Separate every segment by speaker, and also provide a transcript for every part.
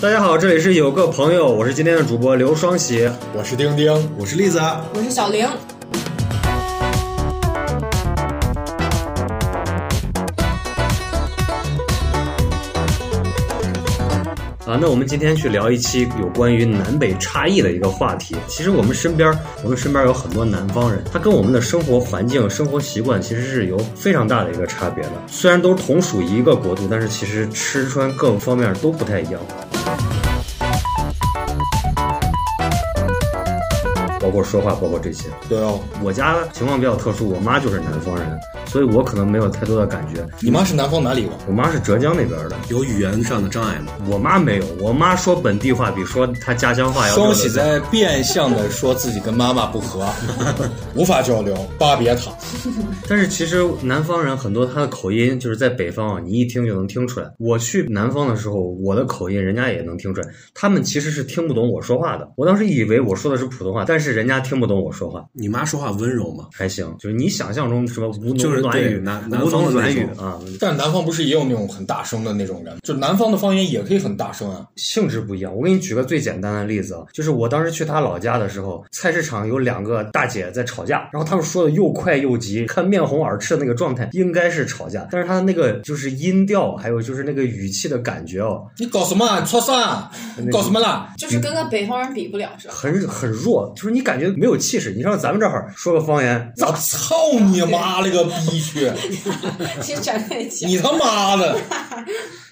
Speaker 1: 大家好，这里是有个朋友，我是今天的主播刘双喜。
Speaker 2: 我是丁丁，
Speaker 3: 我是栗子，
Speaker 4: 我是小玲。
Speaker 1: 啊，那我们今天去聊一期有关于南北差异的一个话题。其实我们身边，我们身边有很多南方人，他跟我们的生活环境、生活习惯其实是有非常大的一个差别的。虽然都同属一个国度，但是其实吃穿各方面都不太一样。包括说话，包括这些。
Speaker 2: 对哦，
Speaker 1: 我家情况比较特殊，我妈就是南方人，所以我可能没有太多的感觉。
Speaker 2: 你妈是南方哪里的？
Speaker 1: 我妈是浙江那边的，
Speaker 3: 有语言上的障碍吗？
Speaker 1: 我妈没有，我妈说本地话比说她家乡话要
Speaker 2: 双
Speaker 1: 多
Speaker 2: 喜
Speaker 1: 得多。
Speaker 2: 在变相的说自己跟妈妈不和， 无法交流，巴别塔。
Speaker 1: 但是其实南方人很多，他的口音就是在北方啊，你一听就能听出来。我去南方的时候，我的口音人家也能听出来，他们其实是听不懂我说话的。我当时以为我说的是普通话，但是人家听不懂我说话，
Speaker 3: 你妈说话温柔吗？
Speaker 1: 还行，就是你想象中什么吴
Speaker 3: 就
Speaker 1: 侬
Speaker 3: 是
Speaker 1: 软
Speaker 3: 对
Speaker 1: 语、
Speaker 3: 南南
Speaker 1: 吴
Speaker 3: 方
Speaker 1: 侬
Speaker 3: 的
Speaker 1: 软
Speaker 3: 那
Speaker 1: 语
Speaker 3: 种
Speaker 1: 啊，
Speaker 2: 但南方不是也有那种很大声的那种人？就南方的方言也可以很大声啊。
Speaker 1: 性质不一样。我给你举个最简单的例子啊，就是我当时去他老家的时候，菜市场有两个大姐在吵架，然后他们说的又快又急，看面红耳赤的那个状态，应该是吵架，但是他的那个就是音调，还有就是那个语气的感觉哦，
Speaker 2: 你搞什么啊？说啥？你搞什么啦？
Speaker 4: 就是跟个北方人比不了，是吧？
Speaker 1: 很很弱，就是你感觉没有气势。你上咱们这儿说个方言，
Speaker 2: 我操你妈了个逼去！
Speaker 4: 其实站在一起，
Speaker 2: 你他妈的！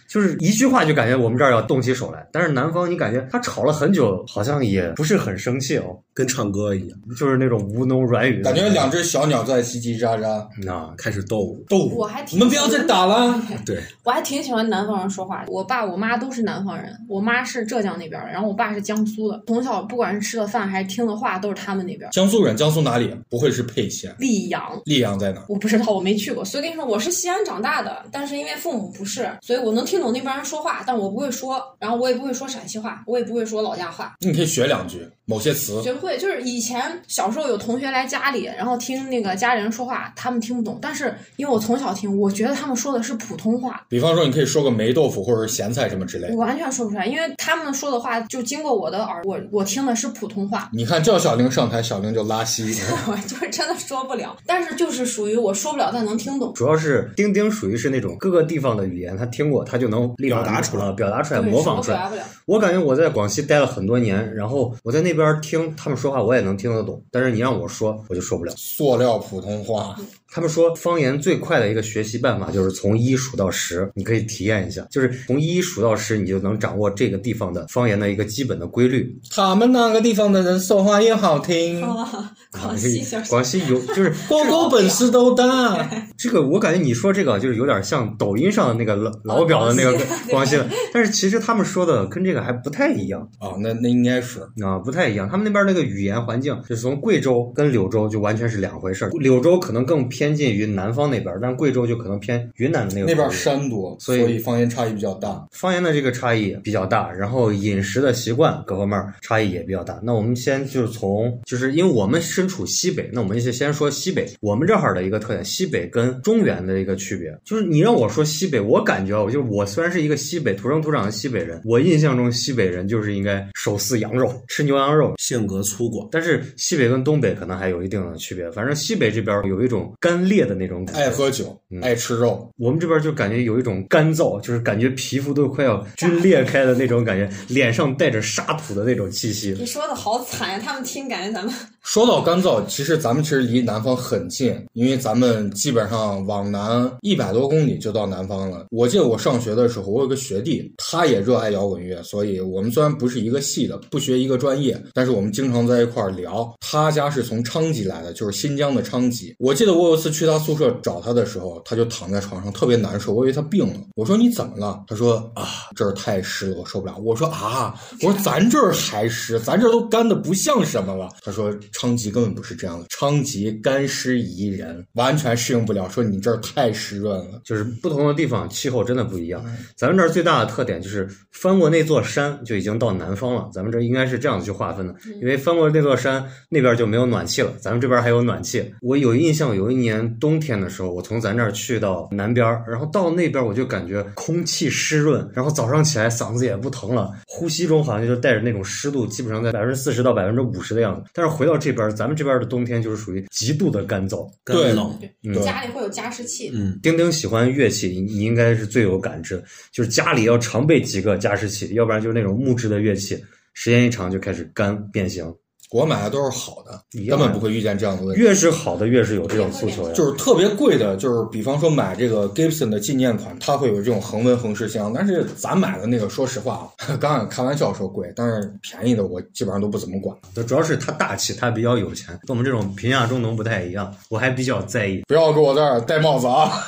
Speaker 1: 就是一句话就感觉我们这儿要动起手来，但是南方你感觉他吵了很久，好像也不是很生气哦，
Speaker 3: 跟唱歌一样，
Speaker 1: 就是那种吴侬软语的
Speaker 2: 感觉两只小鸟在叽叽喳喳
Speaker 1: 啊，
Speaker 3: 开始斗舞。
Speaker 2: 斗舞。
Speaker 4: 我还挺
Speaker 2: 你们不要再打了。啊
Speaker 3: 对，
Speaker 4: 我还挺喜欢南方人说话的。我爸、我妈都是南方人，我妈是浙江那边的，然后我爸是江苏的。从小不管是吃的饭还是听的话，都是他们那边。
Speaker 2: 江苏人，江苏哪里？不会是沛县？
Speaker 4: 溧阳，
Speaker 2: 溧阳在哪？
Speaker 4: 我不知道，我没去过。所以跟你说，我是西安长大的，但是因为父母不是，所以我能听懂那边人说话，但我不会说，然后我也不会说陕西话，我也不会说老家话。
Speaker 2: 你可以学两句某些词。
Speaker 4: 学不会，就是以前小时候有同学来家里，然后听那个家里人说话，他们听不懂。但是因为我从小听，我觉得他们说的是普通话，
Speaker 2: 比方说，你可以说个霉豆腐或者是咸菜什么之类的
Speaker 4: 我。完全说不出来，因为他们说的话就经过我的耳，我我听的是普通话，
Speaker 2: 你看叫小玲上台，小玲就拉稀。
Speaker 4: 我就是真的说不了。但是就是属于我说不了，但能听懂。
Speaker 1: 主要是丁丁属于是那种各个地方的语言，他听过他就能立马
Speaker 3: 表达出来
Speaker 1: 啊表达出来，
Speaker 4: 对
Speaker 1: 模
Speaker 4: 什
Speaker 1: 仿
Speaker 4: 么
Speaker 1: 出
Speaker 4: 表达
Speaker 1: 来。
Speaker 4: 不了，
Speaker 1: 我感觉我在广西待了很多年，然后我在那边听他们说话，我也能听得懂，但是你让我说，我就说不了。
Speaker 2: 塑料普通话，
Speaker 1: 他们说方言最快的一个学习办法就是从一数到十，你可以体验一下，就是从一数到十，你就能掌握这个地方的方言的一个基本的规律。
Speaker 2: 他们那个地方的人说话也好听，
Speaker 4: 啊， 广 西小
Speaker 1: 广西有就是啊
Speaker 2: 个个 本事都大。
Speaker 1: 这个，我感觉你说这个就是有点像抖音上的那个老老表的那个广西的，但是其实他们说的跟这个还不太一样
Speaker 2: 啊，那那应该是
Speaker 1: 啊，不太一样。他们那边那个语言环境，啊就是从贵州跟柳州就完全是两回事儿。柳州可能更偏近于南方那边，但贵州就可能偏云南的那个
Speaker 2: 那边
Speaker 1: 口音
Speaker 2: 山多，
Speaker 1: 所
Speaker 2: 所
Speaker 1: 以
Speaker 2: 以方言差异比较大。
Speaker 1: 方言的这个差异比较大，然后饮食的习惯各方面儿差异也比较大。那我们先就是从，就是因为我们身处西北，那我们就先说西北，我们这儿的一个特点，西北跟中原的一个区别，就是你让我说西北，我感觉啊，我就是我虽然是一个西北土生土长的西北人，我印象中西北人就是应该手撕羊肉，吃牛羊肉。
Speaker 3: 性格粗犷，
Speaker 1: 但是西北跟东北可能还有一定的区别，反正西北这边儿有一种干裂的那种感觉，
Speaker 2: 爱喝酒，
Speaker 1: 嗯
Speaker 2: 爱吃肉，
Speaker 1: 我们这边就感觉有一种干燥，就是感觉皮肤都快要皲裂开的那种感觉，脸上带着沙土的那种气息。
Speaker 4: 你说的好惨呀！他们听感觉咱们
Speaker 2: 说到干燥，其实咱们其实离南方很近，因为咱们基本上往南一百多公里就到南方了。我记得我上学的时候，我有个学弟，他也热爱摇滚乐，所以我们虽然不是一个系的，不学一个专业，但是我们经常在一块儿聊。他家是从昌吉来的，就是新疆的昌吉。我记得我有一次去他宿舍找他的时候，他就躺在床上特别难受，我以为他病了。我说你怎么了？他说啊，这儿太湿了，我受不了。我说啊，我说咱这儿还湿，咱这儿都干的不像什么了。他说昌吉根本不是这样的，昌吉干湿宜人，完全适应不了，说你这儿太湿润了。
Speaker 1: 就是不同的地方气候真的不一样。咱们这儿最大的特点就是翻过那座山就已经到南方了，咱们这应该是这样去划分的，因为翻过那座山那边就没有暖气了，咱们这边还有暖气。我有印象，有一年冬天的时候，我从咱这儿去到南边儿，然后到那边我就感觉空气湿润，然后早上起来嗓子也不疼了，呼吸中好像就带着那种湿度，基本上在百分之四十到百分之五十的样子。但是回到这边儿，咱们这边儿的冬天就是属于极度的干燥，
Speaker 2: 对
Speaker 3: 干冷，
Speaker 1: 嗯
Speaker 2: 对
Speaker 4: 家里会有加湿器，
Speaker 3: 嗯，
Speaker 1: 丁丁喜欢乐器，你你应该是最有感知的，就是家里要常备几个加湿器，要不然就是那种木质的乐器，时间一长就开始干变形。
Speaker 2: 我买的都是好的，
Speaker 1: 一样
Speaker 2: 根本不会遇见这样的问题。
Speaker 1: 越是好的，越是有这种诉求呀。
Speaker 2: 就是特别贵的，就是比方说买这个 Gibson 的纪念款，它会有这种恒温恒湿箱。但是咱买的那个，说实话啊，刚才开玩笑说贵，但是便宜的我基本上都不怎么管。
Speaker 1: 就主要是他大气，他比较有钱，跟我们这种贫下中农不太一样。我还比较在意
Speaker 2: 不要给我在这儿戴帽子啊！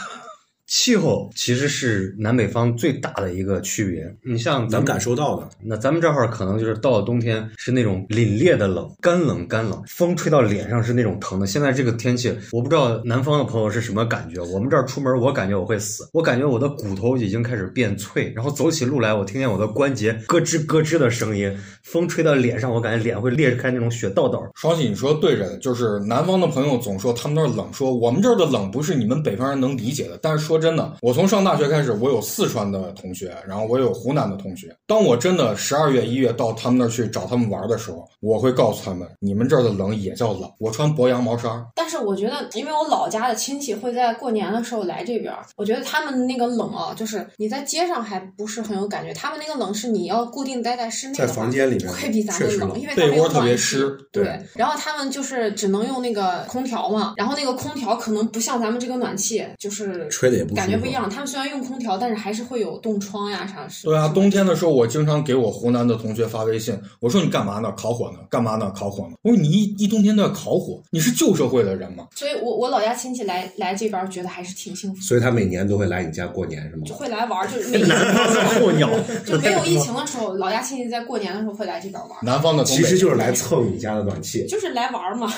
Speaker 1: 气候，其实是南北方最大的一个区别。你像咱
Speaker 3: 能
Speaker 1: 们
Speaker 3: 感受到的。
Speaker 1: 那咱们这儿可能就是到了冬天是那种凛冽的冷，干冷干冷，风吹到脸上是那种疼的。现在这个天气，我不知道南方的朋友是什么感觉。我们这儿出门，我感觉我会死，我感觉我的骨头已经开始变脆，然后走起路来，我听见我的关节咯吱咯吱的声音。风吹到脸上，我感觉脸会裂开那种血道道。
Speaker 2: 双喜，你说对着的，就是南方的朋友总说他们那儿冷，说我们这儿的冷不是你们北方人能理解的。但是说真的，我从上大学开始，我有四川的同学，然后我有湖南的同学。当我真的十二月、一月到他们那儿去找他们玩的时候，我会告诉他们，你们这儿的冷也叫冷。我穿薄羊毛衫儿，
Speaker 4: 但是我觉得，因为我老家的亲戚会在过年的时候来这边儿，我觉得他们那个冷啊，就是你在街上还不是很有感觉，他们那个冷是你要固定待在室内的
Speaker 3: 在
Speaker 4: 话，
Speaker 3: 房间里面
Speaker 4: 会比咱
Speaker 3: 确
Speaker 4: 们
Speaker 3: 实
Speaker 4: 冷，
Speaker 3: 冷
Speaker 4: 因为他
Speaker 2: 被
Speaker 4: 们有
Speaker 2: 窝特别
Speaker 4: 暖气
Speaker 2: 湿，
Speaker 4: 对，然后他们就是只能用那个空调嘛，然后那个空调可能不像咱们这个暖气，就是
Speaker 3: 吹得也不
Speaker 4: 感觉
Speaker 3: 舒服
Speaker 4: 不一样。他们虽然用空调，但是还是会有冻疮呀啥事。
Speaker 2: 对啊，冬天的时候，我经常给我湖南的同学发微信，我说你干嘛呢？烤火呢？干嘛呢？烤火呢？我说你一一冬天都在烤火，你是旧社会的人吗？
Speaker 4: 所以我我老家亲戚来来这边儿，觉得还是挺幸福的，
Speaker 5: 所以他每年都会来你家过年是吗
Speaker 4: 就？会来玩儿， 就是没
Speaker 1: 南方的候鸟，
Speaker 4: 就没有疫情的时候，老家亲戚在过年的时候会来这边儿玩儿，
Speaker 2: 南方的同
Speaker 5: 其
Speaker 2: 北
Speaker 5: 实就是来蹭你家的暖气。
Speaker 4: 就是来玩儿嘛。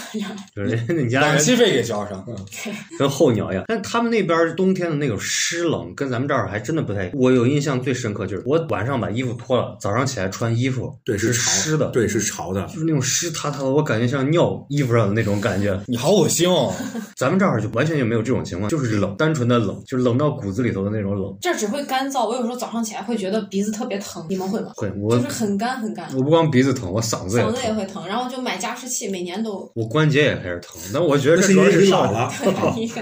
Speaker 1: 就是你家
Speaker 2: 暖
Speaker 1: 人
Speaker 2: 气费给交上。
Speaker 5: 嗯
Speaker 1: 跟候鸟一样。但他们那边冬天的那种湿冷，跟咱们这儿还真的不太一样。我有印象最深刻就是，我晚上把衣服脱了，早上起来穿衣服，
Speaker 3: 对，
Speaker 1: 是
Speaker 3: 是潮
Speaker 1: 湿的，，
Speaker 3: 对，是潮的。
Speaker 1: 就是那种湿塌塌的，我感觉像尿衣服上的那种感觉。
Speaker 2: 你好恶心哦！
Speaker 1: 咱们这儿就完全就没有这种情况，就是冷，单纯的冷，就是冷到骨子里头的那种冷。
Speaker 4: 这儿只会干燥，我有时候早上起来会觉得鼻子特别疼，你们会吗？
Speaker 1: 会，我
Speaker 4: 就是很干很干，
Speaker 1: 我不光鼻子疼，我嗓子也
Speaker 4: 嗓子也
Speaker 1: 疼，
Speaker 4: 会疼，然后就买加湿器，每年都。
Speaker 1: 我关节也开始疼。但我觉得
Speaker 3: 那
Speaker 1: 这
Speaker 3: 是
Speaker 1: 主要
Speaker 3: 因为
Speaker 1: 是
Speaker 3: 你
Speaker 1: 上
Speaker 3: 老了， 啊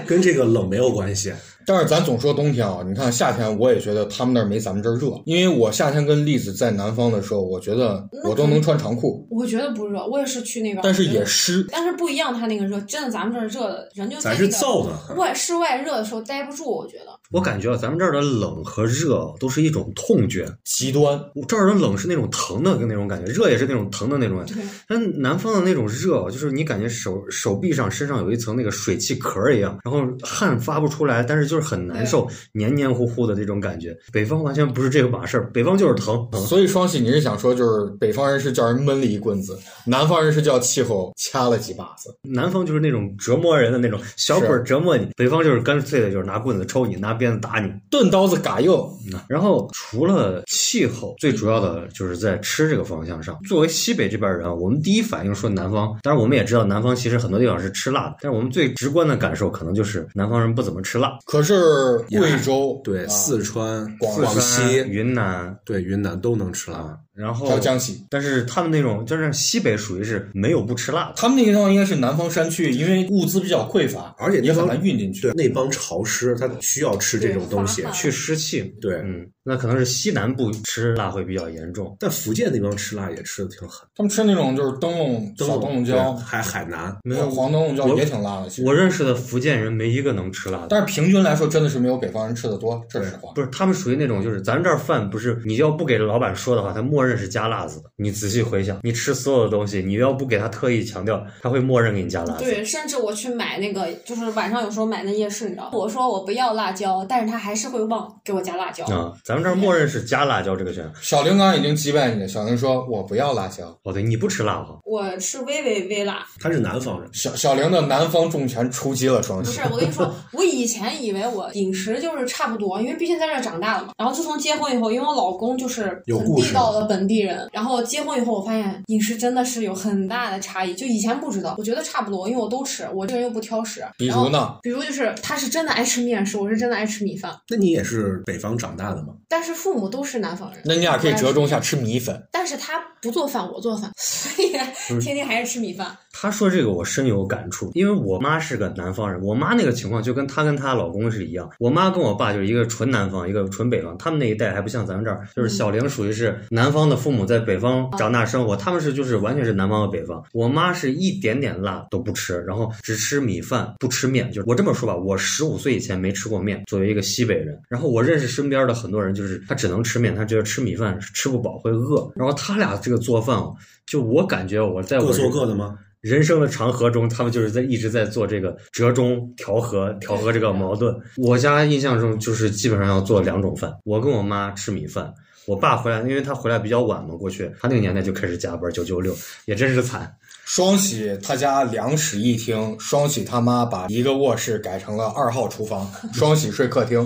Speaker 3: 跟这个冷没有关系。
Speaker 2: 但是咱总说冬天啊，你看夏天，我也觉得他们那儿没咱们这儿热，因为我夏天跟栗子在南方的时候，我觉得我都能穿长裤，
Speaker 4: 我觉得不热，我也是去那边儿，
Speaker 2: 但是
Speaker 4: 我觉得
Speaker 2: 也湿。
Speaker 4: 但是不一样，它那个热，真的咱们这儿热的人就在
Speaker 3: 咱
Speaker 4: 那
Speaker 3: 是
Speaker 4: 个
Speaker 3: 燥的，
Speaker 4: 外室外热的时候待不住，我觉得。
Speaker 1: 我感觉啊咱们这儿的冷和热都是一种痛觉，
Speaker 2: 极端，
Speaker 5: 嗯
Speaker 1: 我这儿的冷是那种疼的跟那种感觉，热也是那种疼的那种感觉。
Speaker 4: 对，
Speaker 1: 但南方的那种热，就是你感觉手手臂上、身上有一层那个水汽壳儿一样，然后汗发不出来，但是就是很难受，黏黏糊糊的这种感觉。北方完全不是这个码事儿，北方就是疼。 疼
Speaker 2: 所以双喜，你是想说就是北方人是叫人闷了一棍子，南方人是叫气候掐了几把子。
Speaker 1: 南方就是那种折磨人的那种小
Speaker 2: 是
Speaker 1: 鬼儿折磨你，北方就是干脆的，就是拿棍子抽你，拿鞭子打你。
Speaker 2: 钝刀子嘎右，
Speaker 1: 然后除了气候，最主要的就是在吃这个方向上。作为西北这边人啊，我们第一反应说南方，当然我们也知道南方其实很多地方是吃辣的，但是我们最直观的感受可能就是南方人不怎么吃辣。
Speaker 2: 可是贵州、
Speaker 3: 对，
Speaker 2: 啊
Speaker 3: 四川、
Speaker 2: 广
Speaker 3: 广
Speaker 1: 西、啊
Speaker 3: 西、
Speaker 1: 云南，
Speaker 3: 对云南都能吃辣。
Speaker 1: 然
Speaker 2: 还
Speaker 1: 后
Speaker 2: 有江西，
Speaker 1: 但是他们那种就是西北属于是没有不吃辣的。
Speaker 2: 他们那个地方应该是南方山区，因为物资比较匮乏，
Speaker 3: 而且
Speaker 2: 也
Speaker 3: 那
Speaker 2: 很
Speaker 3: 帮
Speaker 2: 难运进去。
Speaker 3: 对那帮潮湿，他需要吃这种东西
Speaker 4: 对发。
Speaker 1: 去湿气，
Speaker 3: 对，
Speaker 1: 嗯，那可能是西南部吃辣会比较严重。
Speaker 3: 但福建那帮吃辣也吃的挺狠，
Speaker 2: 他们吃那种就是灯笼、小灯笼椒
Speaker 3: 对，还海南，
Speaker 1: 没有，
Speaker 2: 黄灯笼椒
Speaker 1: 我
Speaker 2: 也挺辣的。其实
Speaker 1: 我认识的福建人没一个能吃辣的。
Speaker 2: 但是平均来说，真的是没有北方人吃的多，这是实话。
Speaker 1: 不是，他们属于那种，就是咱们这儿饭不是，你要不给老板说的话，他默认是加辣子的。你仔细回想，你吃所有的东西，你要不给他特意强调，他会默认给你加辣子。
Speaker 4: 对，甚至我去买那个，就是晚上有时候买那夜市，你知道，我说我不要辣椒，但是他还是会忘给我加辣椒。
Speaker 1: 啊啊，咱们这儿默认是加辣椒这个选项。
Speaker 2: 小玲刚刚已经击败你了，小玲说：“我不要辣椒。
Speaker 1: 哦，对，你不吃辣哈？
Speaker 4: 我是微微微辣，
Speaker 3: 他是南方人，
Speaker 2: 小”小玲的南方重拳出击了双
Speaker 4: 不
Speaker 2: 喜
Speaker 4: 是，我跟你说， 我以前以为我饮食就是差不多，因为毕竟在这儿长大了嘛。然后自从结婚以后，因为我老公就是
Speaker 3: 有
Speaker 4: 很
Speaker 3: 故
Speaker 4: 地
Speaker 3: 事
Speaker 4: 道的本地人，然后结婚以后我发现饮食真的是有很大的差异。就以前不知道，我觉得差不多，因为我都吃，我这个人又不挑食。
Speaker 2: 比
Speaker 4: 然后
Speaker 2: 如呢，
Speaker 4: 比如就是他是真的爱吃面食，我是真的爱吃米饭，
Speaker 3: 那你也是北方长大的吗？
Speaker 4: 但是父母都是南方人，
Speaker 2: 那你俩可以折
Speaker 4: 中。
Speaker 2: 中一下吃米粉。
Speaker 4: 但是他不做饭，我做饭，所以
Speaker 2: 嗯
Speaker 4: 天天还是吃米饭。
Speaker 1: 她说这个我深有感触，因为我妈是个南方人，我妈那个情况就跟她跟她老公是一样。我妈跟我爸就是一个纯南方，一个纯北方，他们那一代还不像咱们这儿，就是小玲属于是南方的父母在北方长大生活，他们是就是完全是南方和北方。我妈是一点点辣都不吃，然后只吃米饭不吃面。就是我这么说吧，我十五岁以前没吃过面，作为一个西北人，然后我认识身边的很多人，就是他只能吃面，他觉得吃米饭是吃不饱会饿。然后他俩这个做饭哦，就我感觉哦我
Speaker 5: 哎
Speaker 1: 在我
Speaker 3: 各做
Speaker 1: 人
Speaker 3: 各的吗？
Speaker 1: 人生的长河中，他们就是在一直在做这个折中、调和、调和这个矛盾。我家印象中就是基本上要做两种饭，我跟我妈吃米饭，我爸回来，因为他回来比较晚嘛，过去他那个年代就开始加班，九九六也真是惨。
Speaker 2: 双喜他家两室一厅，双喜他妈把一个卧室改成了二号厨 房，双喜睡客厅。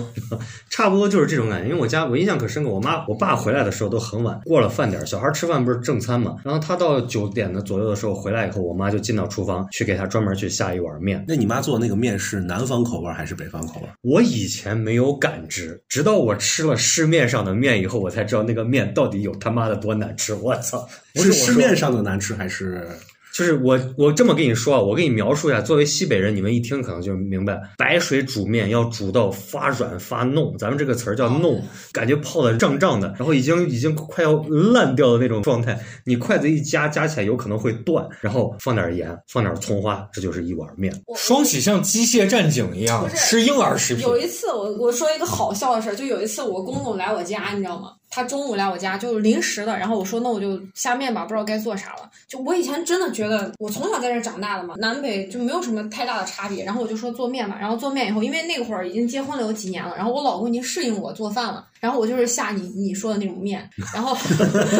Speaker 1: 差不多就是这种感觉，因为我家我印象可深刻，我妈我爸回来的时候都很晚，过了饭点儿，小孩吃饭不是正餐嘛，然后他到九点的左右的时候回来以后，我妈就进到厨房去给他专门去下一碗面，
Speaker 3: 那你妈做那个面是南方口味儿还是北方口味儿？
Speaker 1: 我以前没有感知，直到我吃了市面上的面以后，我才知道那个面到底有他妈的多难吃。我操！
Speaker 2: 不是我
Speaker 3: 市
Speaker 2: 说
Speaker 3: 面上的难吃还是？
Speaker 1: 就是我，我这么跟你说啊，我给你描述一下，作为西北人，你们一听可能就明白，白水煮面要煮到发软发弄，咱们这个词儿叫弄，感觉泡的胀胀的，然后已经已经快要烂掉的那种状态，你筷子一夹夹起来有可能会断，然后放点盐，放点葱花，这就是一碗面。
Speaker 4: 我
Speaker 2: 双喜像机械战警一样
Speaker 4: 不是
Speaker 2: 吃婴儿食品。
Speaker 4: 有一次我我说一个好笑的事儿，就有一次我公公来我家，你知道吗？他中午来我家就是临时的，然后我说那我就下面吧，不知道该做啥了。就我以前真的觉得我从小在这儿长大的嘛，南北就没有什么太大的差别。然后我就说做面吧，然后做面以后，因为那会儿已经结婚了有几年了，然后我老公已经适应我做饭了，然后我就是下你你说的那种面，然后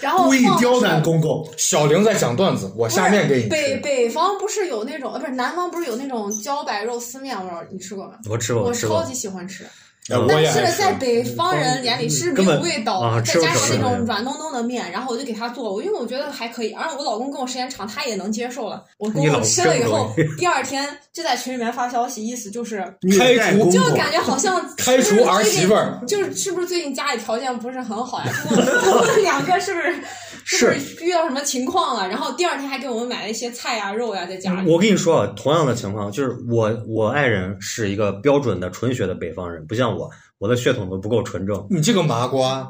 Speaker 4: 然后
Speaker 5: 故意
Speaker 4: 放的
Speaker 5: 刁
Speaker 4: 哦是
Speaker 5: 难公公，
Speaker 2: 小玲在讲段子，我下面给你
Speaker 4: 北
Speaker 2: 吃。
Speaker 4: 北方不是有那种呃，不是南方不是有那种茭白肉丝面？我不知道你吃过吗？
Speaker 1: 我吃过，
Speaker 4: 我
Speaker 1: 吃
Speaker 4: 超
Speaker 1: 过
Speaker 4: 级。喜欢吃，
Speaker 1: 嗯
Speaker 2: 哎我
Speaker 4: 但
Speaker 2: 也爱
Speaker 4: 是
Speaker 2: 吃
Speaker 4: 在北方人眼里是没有味道
Speaker 1: 根本啊
Speaker 4: 的，再加上
Speaker 1: 吃
Speaker 4: 那
Speaker 1: 不成
Speaker 4: 种软咚咚的面，然后我就给他做，我因为我觉得还可以，而且我老公跟我时间长，他也能接受了。我公
Speaker 1: 你老
Speaker 4: 公
Speaker 1: 公
Speaker 4: 吃了以
Speaker 1: 真不
Speaker 4: 后，第二天就在群里面发消息，意思就是。
Speaker 2: 开
Speaker 3: 虐待
Speaker 2: 除
Speaker 3: 公
Speaker 4: 就
Speaker 3: 公
Speaker 4: 感觉好像是不是
Speaker 2: 开除儿媳妇儿
Speaker 4: 最近就是是不是最近家里条件不是很好呀？就问我们两个是不是是不是遇到什么情况了？然后第二天还给我们买了一些菜呀、肉呀，在家里。
Speaker 1: 我跟你说啊，同样的情况，就是我我爱人是一个标准的纯血的北方人，不像我，我的血统都不够纯正。
Speaker 2: 你这个麻瓜，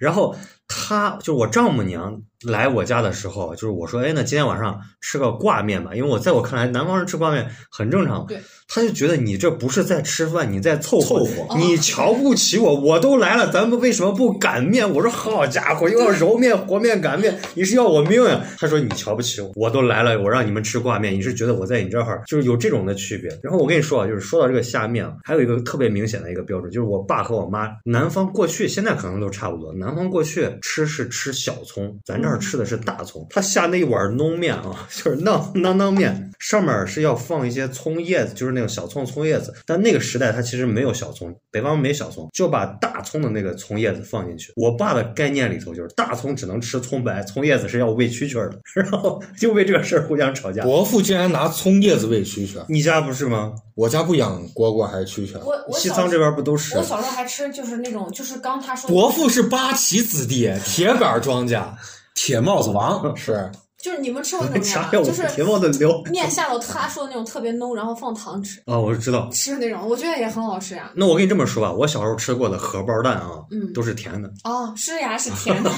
Speaker 1: 然后他就是我丈母娘来我家的时候，就是我说，哎，那今天晚上吃个挂面吧，因为我在我看来，南方人吃挂面很正常。
Speaker 4: 对，
Speaker 1: 他就觉得你这不是在吃饭，你在凑合，
Speaker 3: 凑合
Speaker 1: 你瞧不起我，我都来了，咱们为什么不擀面？我说好家伙，又要揉面、和面、擀面，你是要我命呀、他说你瞧不起我，我都来了，我让你们吃挂面，你是觉得我在你这儿就是有这种的区别。然后我跟你说啊，就是说到这个下面啊，还有一个特别明显的一个标准，就是我爸和我妈，南方过去现在可能都差不多，南方过去吃是吃小葱，咱
Speaker 4: 嗯
Speaker 1: 这儿吃的是大葱。他下那一碗浓面啊， 就是囊囊囊面，上面是要放一些葱叶子，就是那种小葱葱叶子。但那个时代它其实没有小葱，北方没小葱，就把大葱的那个葱叶子放进去。我爸的概念里头就是大蛐蛐儿只能吃葱白，葱叶子是要喂蛐蛐儿的， 然后就为这个事儿互相吵架。
Speaker 2: 伯父竟然拿葱叶子喂蛐蛐，
Speaker 1: 你家不是吗？
Speaker 2: 我家不养蝈蝈还是蛐蛐。
Speaker 4: 我我
Speaker 1: 西
Speaker 4: 小
Speaker 1: 藏这边不都是
Speaker 4: 我？小时候还吃就是那种就是刚他说的
Speaker 2: 伯父是八旗子弟，铁杆庄稼。
Speaker 3: 铁帽子王，
Speaker 2: 是
Speaker 4: 就是你们 吃过那种
Speaker 1: 啥
Speaker 4: 面
Speaker 1: 呀？我
Speaker 4: 吗？啊就
Speaker 1: 们
Speaker 4: 是
Speaker 1: 铁帽子聊
Speaker 4: 面下到他说的那种特别浓，然后放糖吃
Speaker 1: 啊，我知道。
Speaker 4: 吃的那种，我觉得也很好吃呀、
Speaker 1: 那我跟你这么说吧，我小时候吃过的荷包蛋啊，
Speaker 4: 嗯
Speaker 1: 都是甜的。
Speaker 4: 哦，是呀，是甜的。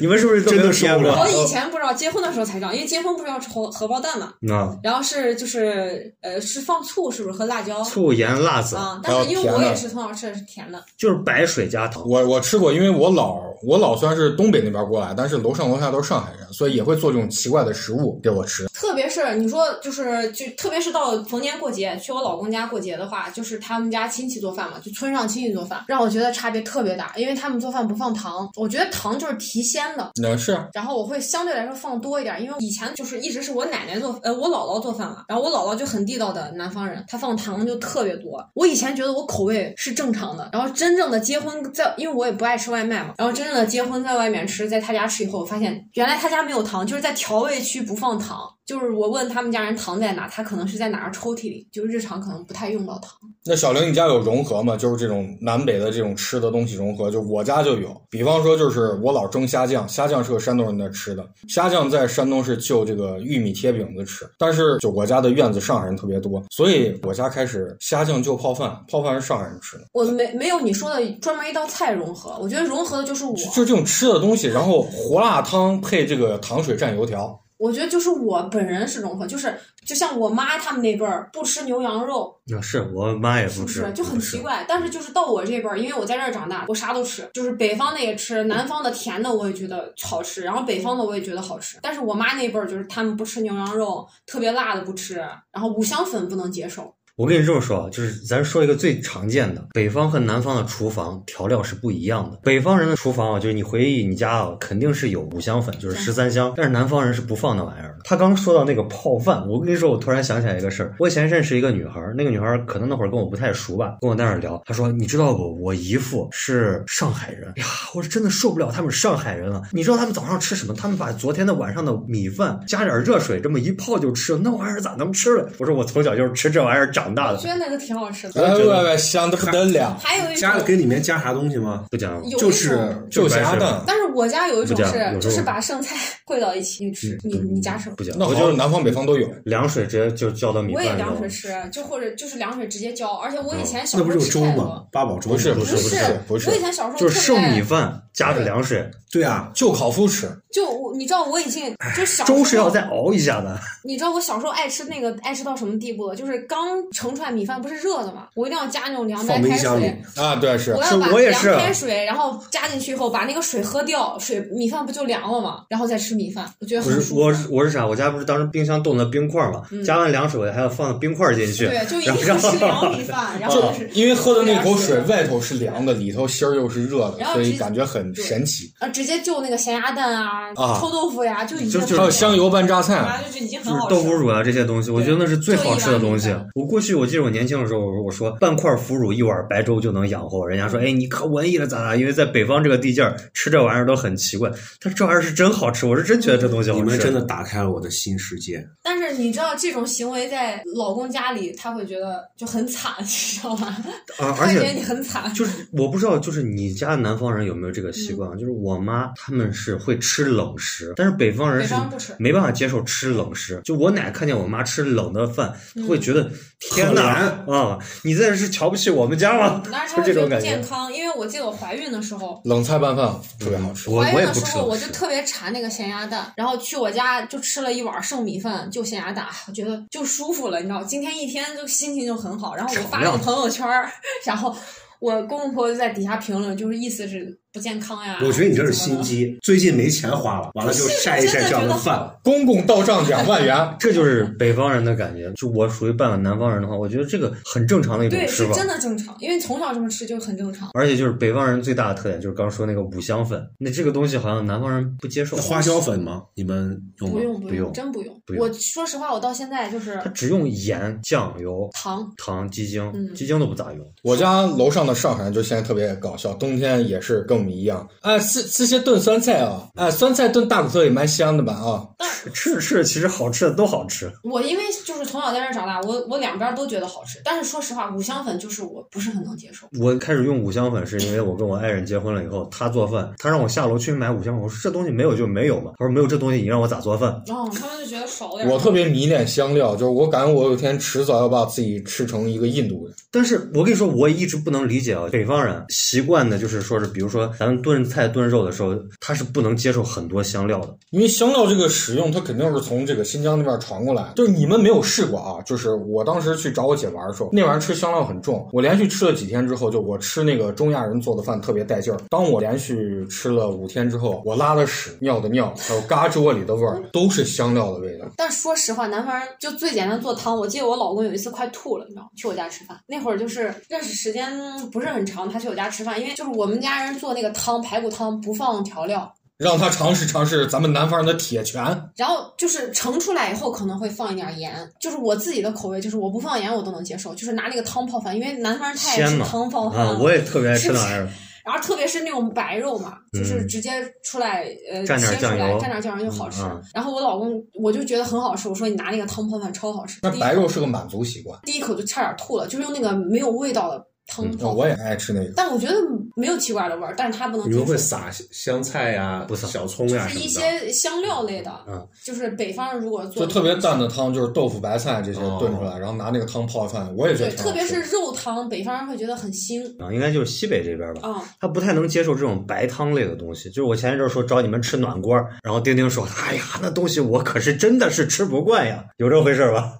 Speaker 1: 你们是不是都没有
Speaker 3: 真的受
Speaker 1: 见
Speaker 3: 不
Speaker 1: 过
Speaker 3: 了
Speaker 4: 我以前不知道，结婚的时候才知道，因为结婚不是要吃荷荷包蛋嘛，
Speaker 1: 啊？
Speaker 4: 然后是就是呃是放醋是不是和辣椒
Speaker 1: 醋、盐、辣子，
Speaker 4: 啊？
Speaker 2: 还有
Speaker 4: 但是因为
Speaker 2: 甜
Speaker 4: 我
Speaker 2: 的
Speaker 4: 也是从小吃的是甜的，
Speaker 1: 就是白水加糖。
Speaker 2: 我我吃过，因为我姥我姥虽然是东北那边过来，但是楼上楼下都是上海人，所以也会做这种奇怪的食物给我吃。
Speaker 4: 特特别是你说就是就特别是到逢年过节去我老公家过节的话，就是他们家亲戚做饭嘛，就村上亲戚做饭，让我觉得差别特别大，因为他们做饭不放糖，我觉得糖就是提鲜的，
Speaker 2: 那是啊
Speaker 4: 然后我会相对来说放多一点，因为以前就是一直是我奶奶做，呃，我姥姥做饭嘛。然后我姥姥就很地道的南方人，她放糖就特别多。我以前觉得我口味是正常的，然后真正的结婚在，因为我也不爱吃外卖嘛，然后真正的结婚在外面吃，在她家吃以后，我发现原来她家没有糖，就是在调味区不放糖。就是我问他们家人糖在哪，他可能是在哪个抽屉里，就是日常可能不太用到糖。
Speaker 2: 那小玲，你家有融合吗？就是这种南北的这种吃的东西融合，就我家就有。比方说，就是我老蒸虾酱，虾酱是个山东人那吃的，虾酱在山东是就这个玉米贴饼子吃。但是就我家的院子上海人特别多，所以我家开始虾酱就泡饭，泡饭是上海人吃的，
Speaker 4: 我没没有你说的专门一道菜融合，我觉得融合的就是我。
Speaker 2: 就就这种吃的东西，然后胡辣汤配这个糖水蘸油条。
Speaker 4: 我觉得就是我本人是融合，就是就像我妈他们那辈儿不吃牛羊肉，
Speaker 1: 那是我妈也
Speaker 4: 是
Speaker 1: 不
Speaker 4: 不
Speaker 1: 吃，
Speaker 4: 是就很
Speaker 1: 不
Speaker 4: 奇
Speaker 1: 吃。
Speaker 4: 怪？但是就是到我这辈儿，因为我在这儿长大，我啥都吃，就是北方的也吃，南方的甜的我也觉得好吃，然后北方的我也觉得好吃。但是我妈那辈儿就是他们不吃牛羊肉，特别辣的不吃，然后五香粉不能接受。
Speaker 1: 我跟你这么说，啊，就是咱说一个最常见的，北方和南方的厨房调料是不一样的。北方人的厨房啊，就是你回忆你家啊，肯定是有五香粉，就是十三香，但是南方人是不放那玩意儿的。他刚说到那个泡饭，我跟你说，我突然想起来一个事儿，我以前认识一个女孩儿，那个女孩儿可能那会儿跟我不太熟吧，跟我在那儿聊，她说你知道不，我姨父是上海人呀，我是真的受不了他们上海人了。你知道他们早上吃什么？他们把昨天的晚上的米饭加点热水这么一泡就吃，那玩意儿咋能吃了？我说我从小就是吃这玩意儿长大
Speaker 4: 我
Speaker 1: 的
Speaker 4: 觉。得那个挺好吃
Speaker 1: 呃
Speaker 4: 的。
Speaker 2: 哎喂喂，香的不得了！
Speaker 4: 还有一
Speaker 3: 加
Speaker 4: 种
Speaker 3: 给里面加啥东西吗？
Speaker 1: 不讲了，
Speaker 4: 有一
Speaker 3: 就是
Speaker 4: 种。
Speaker 2: 就
Speaker 1: 白
Speaker 2: 虾
Speaker 1: 水
Speaker 2: 蛋，
Speaker 4: 但是我家有一种
Speaker 1: 不加
Speaker 4: 是，
Speaker 1: 有
Speaker 4: 就
Speaker 1: 时
Speaker 4: 是
Speaker 1: 候
Speaker 4: 把剩菜 烩到一起吃。你你家什么？
Speaker 1: 不讲，
Speaker 2: 那
Speaker 1: 我
Speaker 2: 好
Speaker 1: 就
Speaker 2: 像南方北方都有。
Speaker 1: 凉水直接就浇到米
Speaker 4: 我
Speaker 1: 饭嗯
Speaker 4: 也
Speaker 1: 上。
Speaker 4: 凉水吃，就或者就是凉水直接浇，而且我以前小时
Speaker 3: 那不
Speaker 4: 候
Speaker 3: 是有
Speaker 4: 吃
Speaker 3: 粥
Speaker 4: 太
Speaker 3: 吗
Speaker 4: 多，？
Speaker 3: 八宝粥
Speaker 2: 不是
Speaker 3: 吗
Speaker 2: 不
Speaker 4: 是
Speaker 2: 不是
Speaker 4: 我以前小时候
Speaker 1: 就是
Speaker 4: 特
Speaker 1: 剩
Speaker 4: 别爱
Speaker 1: 米饭加着凉水，
Speaker 3: 对啊，
Speaker 2: 就烤麸吃，
Speaker 4: 就我你知道我已经就小
Speaker 1: 粥是
Speaker 4: 时候
Speaker 1: 要再熬一下的。
Speaker 4: 你知道我小时候爱吃那个爱吃到什么地步了？就是刚盛出来米饭不是热的嘛，我一定要加那种凉白
Speaker 3: 放冰
Speaker 4: 开
Speaker 3: 箱里
Speaker 4: 水。
Speaker 2: 啊，对，是
Speaker 4: 我要把
Speaker 1: 是我也
Speaker 4: 凉
Speaker 1: 是
Speaker 4: 开水，然后加进去以后，把那个水喝掉，水米饭不就凉了吗？然后再吃米饭，我觉得
Speaker 1: 不
Speaker 4: 很
Speaker 1: 是
Speaker 4: 舒服。
Speaker 1: 我是我是啥？我家不是当时冰箱冻了冰块嘛，加完凉水我还要放冰块进去。
Speaker 4: 对，就一
Speaker 1: 然
Speaker 4: 定
Speaker 1: 后
Speaker 4: 是吃凉米饭，然后
Speaker 2: 就
Speaker 4: 就是
Speaker 2: 因为喝的那口水
Speaker 4: 有点
Speaker 2: 外头是凉的，里头芯儿又是热的
Speaker 4: 然，后
Speaker 2: 所
Speaker 4: 直
Speaker 2: 以感觉很神奇。
Speaker 4: 啊，直接就那个咸鸭蛋啊、
Speaker 2: 啊
Speaker 4: 臭豆腐呀，就已经
Speaker 1: 就
Speaker 4: 很
Speaker 1: 就
Speaker 2: 还
Speaker 4: 好
Speaker 2: 有
Speaker 4: 吃了
Speaker 2: 香油拌榨菜，
Speaker 4: 啊，就是已经
Speaker 1: 就
Speaker 4: 很
Speaker 1: 是
Speaker 4: 好吃
Speaker 1: 豆
Speaker 4: 了。
Speaker 1: 腐乳啊这些东西，我觉得那是最好吃的东
Speaker 4: 就
Speaker 1: 西
Speaker 4: 一碗米。
Speaker 1: 我过去我记得我年轻的时候，我说半块腐乳一碗白粥就能养活，人家说哎你可文艺了咋咋？因为在北方这个地界儿吃这玩意儿都很奇怪，但这玩意儿是真好吃，我是真觉得这东西好
Speaker 3: 你
Speaker 1: 吃。
Speaker 3: 们真的打开了我的新世界。
Speaker 4: 但是你知道这种行为在老公家里，他会觉得就很惨， 你知道吗？
Speaker 1: 啊，
Speaker 4: 他
Speaker 1: 而
Speaker 4: 会觉
Speaker 1: 且
Speaker 4: 得你很惨。
Speaker 1: 就是我不知道，就是你家南方人有没有这个习
Speaker 4: 嗯
Speaker 1: 惯啊？就是我妈他们是会吃冷食，但是北方人
Speaker 4: 北
Speaker 1: 是
Speaker 4: 方不吃
Speaker 1: 没办法接受吃冷食。就我奶看见我妈吃冷的饭，她
Speaker 4: 嗯
Speaker 1: 会觉得天哪啊，你这是瞧不起我们家吗？
Speaker 4: 但是
Speaker 1: 就
Speaker 4: 他会
Speaker 1: 这
Speaker 4: 觉
Speaker 1: 种
Speaker 4: 得
Speaker 1: 感
Speaker 4: 不健
Speaker 1: 觉。
Speaker 4: 康，因为我记得我怀孕的时候，
Speaker 2: 冷菜拌饭特别好吃。
Speaker 1: 我
Speaker 4: 怀
Speaker 1: 我也
Speaker 4: 孕的
Speaker 1: 不
Speaker 4: 时
Speaker 1: 吃
Speaker 4: 候我
Speaker 1: 冷
Speaker 4: 就
Speaker 1: 食，，
Speaker 4: 特别馋那个咸鸭蛋，然后去我家就吃了一碗剩米饭，就咸鸭蛋，我觉得就舒服了，你知道，今天一天就心情就很好。然后我发了个朋友圈儿，然后我公公婆婆就在底下评论，就是意思是不健康呀。
Speaker 5: 我觉得你这是
Speaker 4: 怎么
Speaker 5: 心
Speaker 4: 了。
Speaker 5: 机，最近没钱花了，完了就晒一晒这样的饭。
Speaker 2: 公公到账两万元
Speaker 1: 这就是北方人的感觉。就我属于半个南方人的话，我觉得这个很正常的一种
Speaker 4: 对，
Speaker 1: 吃
Speaker 4: 是
Speaker 1: 法。
Speaker 4: 真的正常，因为从小这么吃就很正常。
Speaker 1: 而且就是北方人最大的特点就是刚说那个五香粉，那这个东西好像南方人不接受
Speaker 3: 那。花椒粉吗？你们用吗？
Speaker 4: 不用不
Speaker 1: 不用
Speaker 4: 真不用。
Speaker 1: 不用
Speaker 4: 我说实话，我到现在就是
Speaker 1: 他只用盐、酱油、
Speaker 4: 糖，
Speaker 1: 糖、鸡精，
Speaker 4: 嗯
Speaker 1: 鸡精都不咋用。
Speaker 2: 我家楼上的上海人就现在特别搞笑，冬天也是跟我们一样，哎，吃吃些炖酸菜啊，哎，酸菜炖大骨头也蛮香的吧啊，
Speaker 1: 吃着吃着，其实好吃的都好吃。
Speaker 4: 我因为就是从小在这儿长大，我我两边儿都觉得好吃。但是说实话，五香粉就是我不是很能接受。
Speaker 1: 我开始用五香粉是因为我跟我爱人结婚了以后，她做饭，她让我下楼去买五香粉，我说这东西没有就没有嘛。她说没有这东西，你让我咋做饭？
Speaker 4: 哦，他们就觉得少点儿。
Speaker 2: 我特别迷恋香料，就是我感觉我有一天迟早要把自己吃成一个印度人。
Speaker 1: 但是我跟你说，我一直不能理解啊，北方人习惯的就是说是，比如说咱们炖菜炖肉的时候，他是不能接受很多香料的。
Speaker 2: 因为香料这个使用，它肯定是从这个新疆那边传过来。就是你们没有试过啊，就是我当时去找我姐玩的时候，那玩意儿吃香料很重。我连续吃了几天之后，就我吃那个中亚人做的饭特别带劲儿。当我连续吃了五天之后，我拉的屎、尿的尿，还有嘎吱窝里的味儿，都是香料的味道。
Speaker 4: 但说实话，南方人就最简单做汤。我记得我老公有一次快吐了，你知道吗？去我家吃饭那会儿，就是认识时间不是很长，他去我家吃饭，因为就是我们家人做那个汤，排骨汤不放调料，
Speaker 2: 让他尝试尝试咱们南方人的铁拳。
Speaker 4: 然后就是盛出来以后可能会放一点盐。就是我自己的口味，就是我不放盐我都能接受，就是拿那个汤泡饭，因为南方人太爱
Speaker 1: 鲜
Speaker 4: 吃
Speaker 1: 嘛
Speaker 4: 汤泡饭
Speaker 1: 啊，
Speaker 4: 了。
Speaker 1: 我也特别爱吃那玩意儿。
Speaker 4: 然后特别是那种白肉嘛，就是直接出来呃
Speaker 1: 嗯蘸点
Speaker 4: 切出来
Speaker 1: 酱油
Speaker 4: 蘸点酱油就好
Speaker 1: 嗯
Speaker 4: 吃。
Speaker 1: 嗯
Speaker 4: 然后我老公我就觉得很好吃，我说你拿那个汤泡饭超好吃。
Speaker 2: 那
Speaker 4: 第一
Speaker 2: 白肉是个满族习惯，
Speaker 4: 第一口就差点吐了，就是用那个没有味道的汤
Speaker 1: 嗯
Speaker 4: 泡。
Speaker 2: 我也爱吃那个。
Speaker 4: 但我觉得没有奇怪的味儿，但是他不能
Speaker 5: 你
Speaker 4: 接
Speaker 5: 们会
Speaker 4: 受。
Speaker 5: 撒香菜呀、
Speaker 1: 不撒
Speaker 5: 小葱
Speaker 4: 就
Speaker 5: 呀
Speaker 4: 是
Speaker 5: 什
Speaker 4: 一
Speaker 5: 么的。
Speaker 4: 些香料类的，
Speaker 1: 嗯
Speaker 4: 就是北方人如果
Speaker 2: 就
Speaker 4: 做
Speaker 2: 特别淡的汤，就是豆腐、白菜这些
Speaker 5: 哦
Speaker 2: 炖出来，然后拿那个汤泡饭，我也觉
Speaker 4: 对，
Speaker 2: 得挺好
Speaker 4: 特
Speaker 2: 吃
Speaker 4: 别是肉汤，北方人会觉得很腥
Speaker 1: 啊，应该就是西北这边吧。
Speaker 4: 啊。
Speaker 1: 他不太能接受这种白汤类的东西。就是我前一阵儿说找你们吃暖锅儿，然后丁丁说：“哎呀，那东西我可是真的是吃不惯呀，有这回事儿吧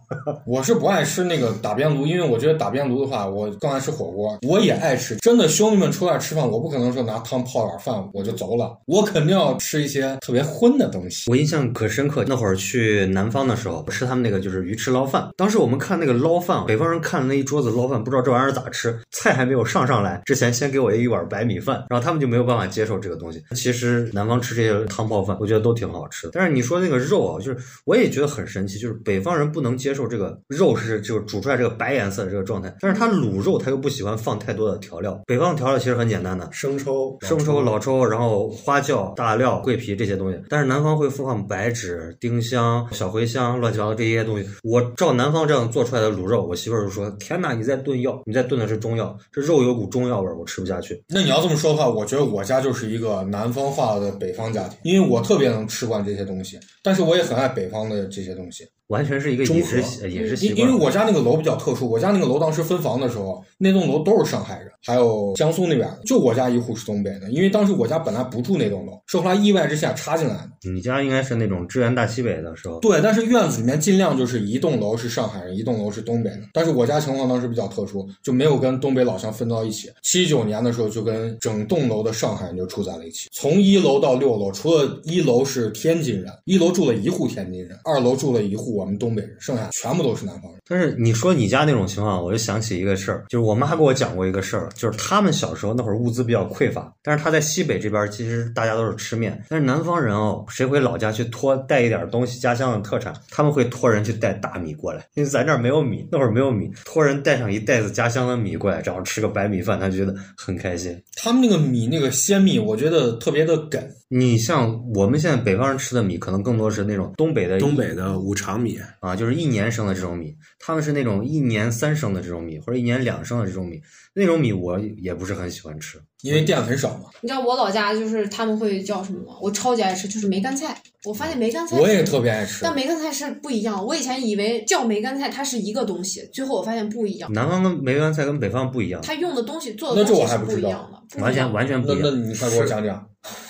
Speaker 2: 我是不爱吃那个打边炉，因为我觉得打边炉的话，我更爱吃火锅。我也爱吃，真的兄弟们出来吃饭，我不可能说拿汤泡点饭我就走了，我肯定要吃一些特别荤的东？”西。
Speaker 1: 我印象可深刻，那会儿去南方的时候吃他们那个就是鱼翅捞饭，当时我们看那个捞饭，啊北方人看了那一桌子捞饭，不知道这玩意儿咋吃，菜还没有上上来之前，先给我一碗白米饭，然后他们就没有办法接受这个东西。其实南方吃这些汤泡饭，我觉得都挺好吃的。但是你说那个肉啊，就是我也觉得很神奇，就是北方人不能接受这个肉是就是煮出来这个白颜色的这个状态，但是他卤肉他又不喜欢放太多的调料。北方的调料其实很简单的，
Speaker 5: 生抽、
Speaker 1: 生抽、老抽，然后花椒、大料、桂皮这些东西。但是南方会放白芷、丁香、小茴香，乱七八糟这些东西。我照南方这样做出来的卤肉，我媳妇儿就说：“天哪，你在炖药，你在炖的是中药，这肉有股中药味儿，我吃不下去。
Speaker 2: 那你要这么说的话，我觉得我家就是一个南方化的北方家庭，因为我特别能吃惯这些东西，但是我也很爱北方的这些东西。”
Speaker 1: 完全是一个饮食习呃饮食习
Speaker 2: 嗯因因为
Speaker 1: 惯。
Speaker 2: 我家那个楼比较特殊，我家那个楼当时分房的时候，那栋楼都是上海人，还有江苏那边的，就我家一户是东北的。因为当时我家本来不住那栋楼，是后来意外之下插进来的。
Speaker 1: 你家应该是那种支援大西北的时候，
Speaker 2: 对，但是院子里面尽量就是一栋楼是上海人，一栋楼是东北的。但是我家情况当时比较特殊，就没有跟东北老乡分到一起。七九年的时候，就跟整栋楼的上海人就住在了一起。从一楼到六楼，除了一楼是天津人，一楼住了一户天津人，二楼住了一户我们东北人，剩下全部都是南方人。
Speaker 1: 但是你说你家那种情况，我就想起一个事儿，就是我妈给我讲过一个事儿，就是他们小时候那会儿物资比较匮乏，但是她在西北这边其实大家都是吃面，但是南方人哦，谁回老家去托带一点东西家乡的特产，他们会托人去带大米过来，因为咱这儿没有米，那会儿没有米，托人带上一袋子家乡的米过来，然后吃个白米饭，他觉得很开心。
Speaker 2: 他们那个米那个鲜米，我觉得特别的梗。
Speaker 1: 你像我们现在北方人吃的米，可能更多是那种东北的
Speaker 3: 东北的五常米，
Speaker 1: 啊，就是一年生的这种米，他们是那种一年三升的这种米，或者一年两升的这种米，那种米我也不是很喜欢吃。
Speaker 2: 因为淀粉少嘛，
Speaker 4: 你知道我老家就是他们会叫什么吗？我超级爱吃，就是梅干菜。我发现梅干菜
Speaker 2: 我也特别爱吃。
Speaker 4: 嗯但梅干菜是不一样。我以前以为叫梅干菜它是一个东西，最后我发现不一样，
Speaker 1: 南方的梅干菜跟北方不一样，
Speaker 4: 它用的东西做
Speaker 2: 那
Speaker 4: 的
Speaker 2: 这
Speaker 4: 东
Speaker 2: 我
Speaker 4: 西
Speaker 2: 还
Speaker 4: 是
Speaker 2: 不
Speaker 4: 不
Speaker 2: 知
Speaker 4: 一
Speaker 2: 道
Speaker 4: 样的，不一
Speaker 1: 完全
Speaker 4: 样
Speaker 1: 完全不
Speaker 2: 那
Speaker 1: 一
Speaker 2: 那
Speaker 1: 样。
Speaker 2: 你快给我讲讲，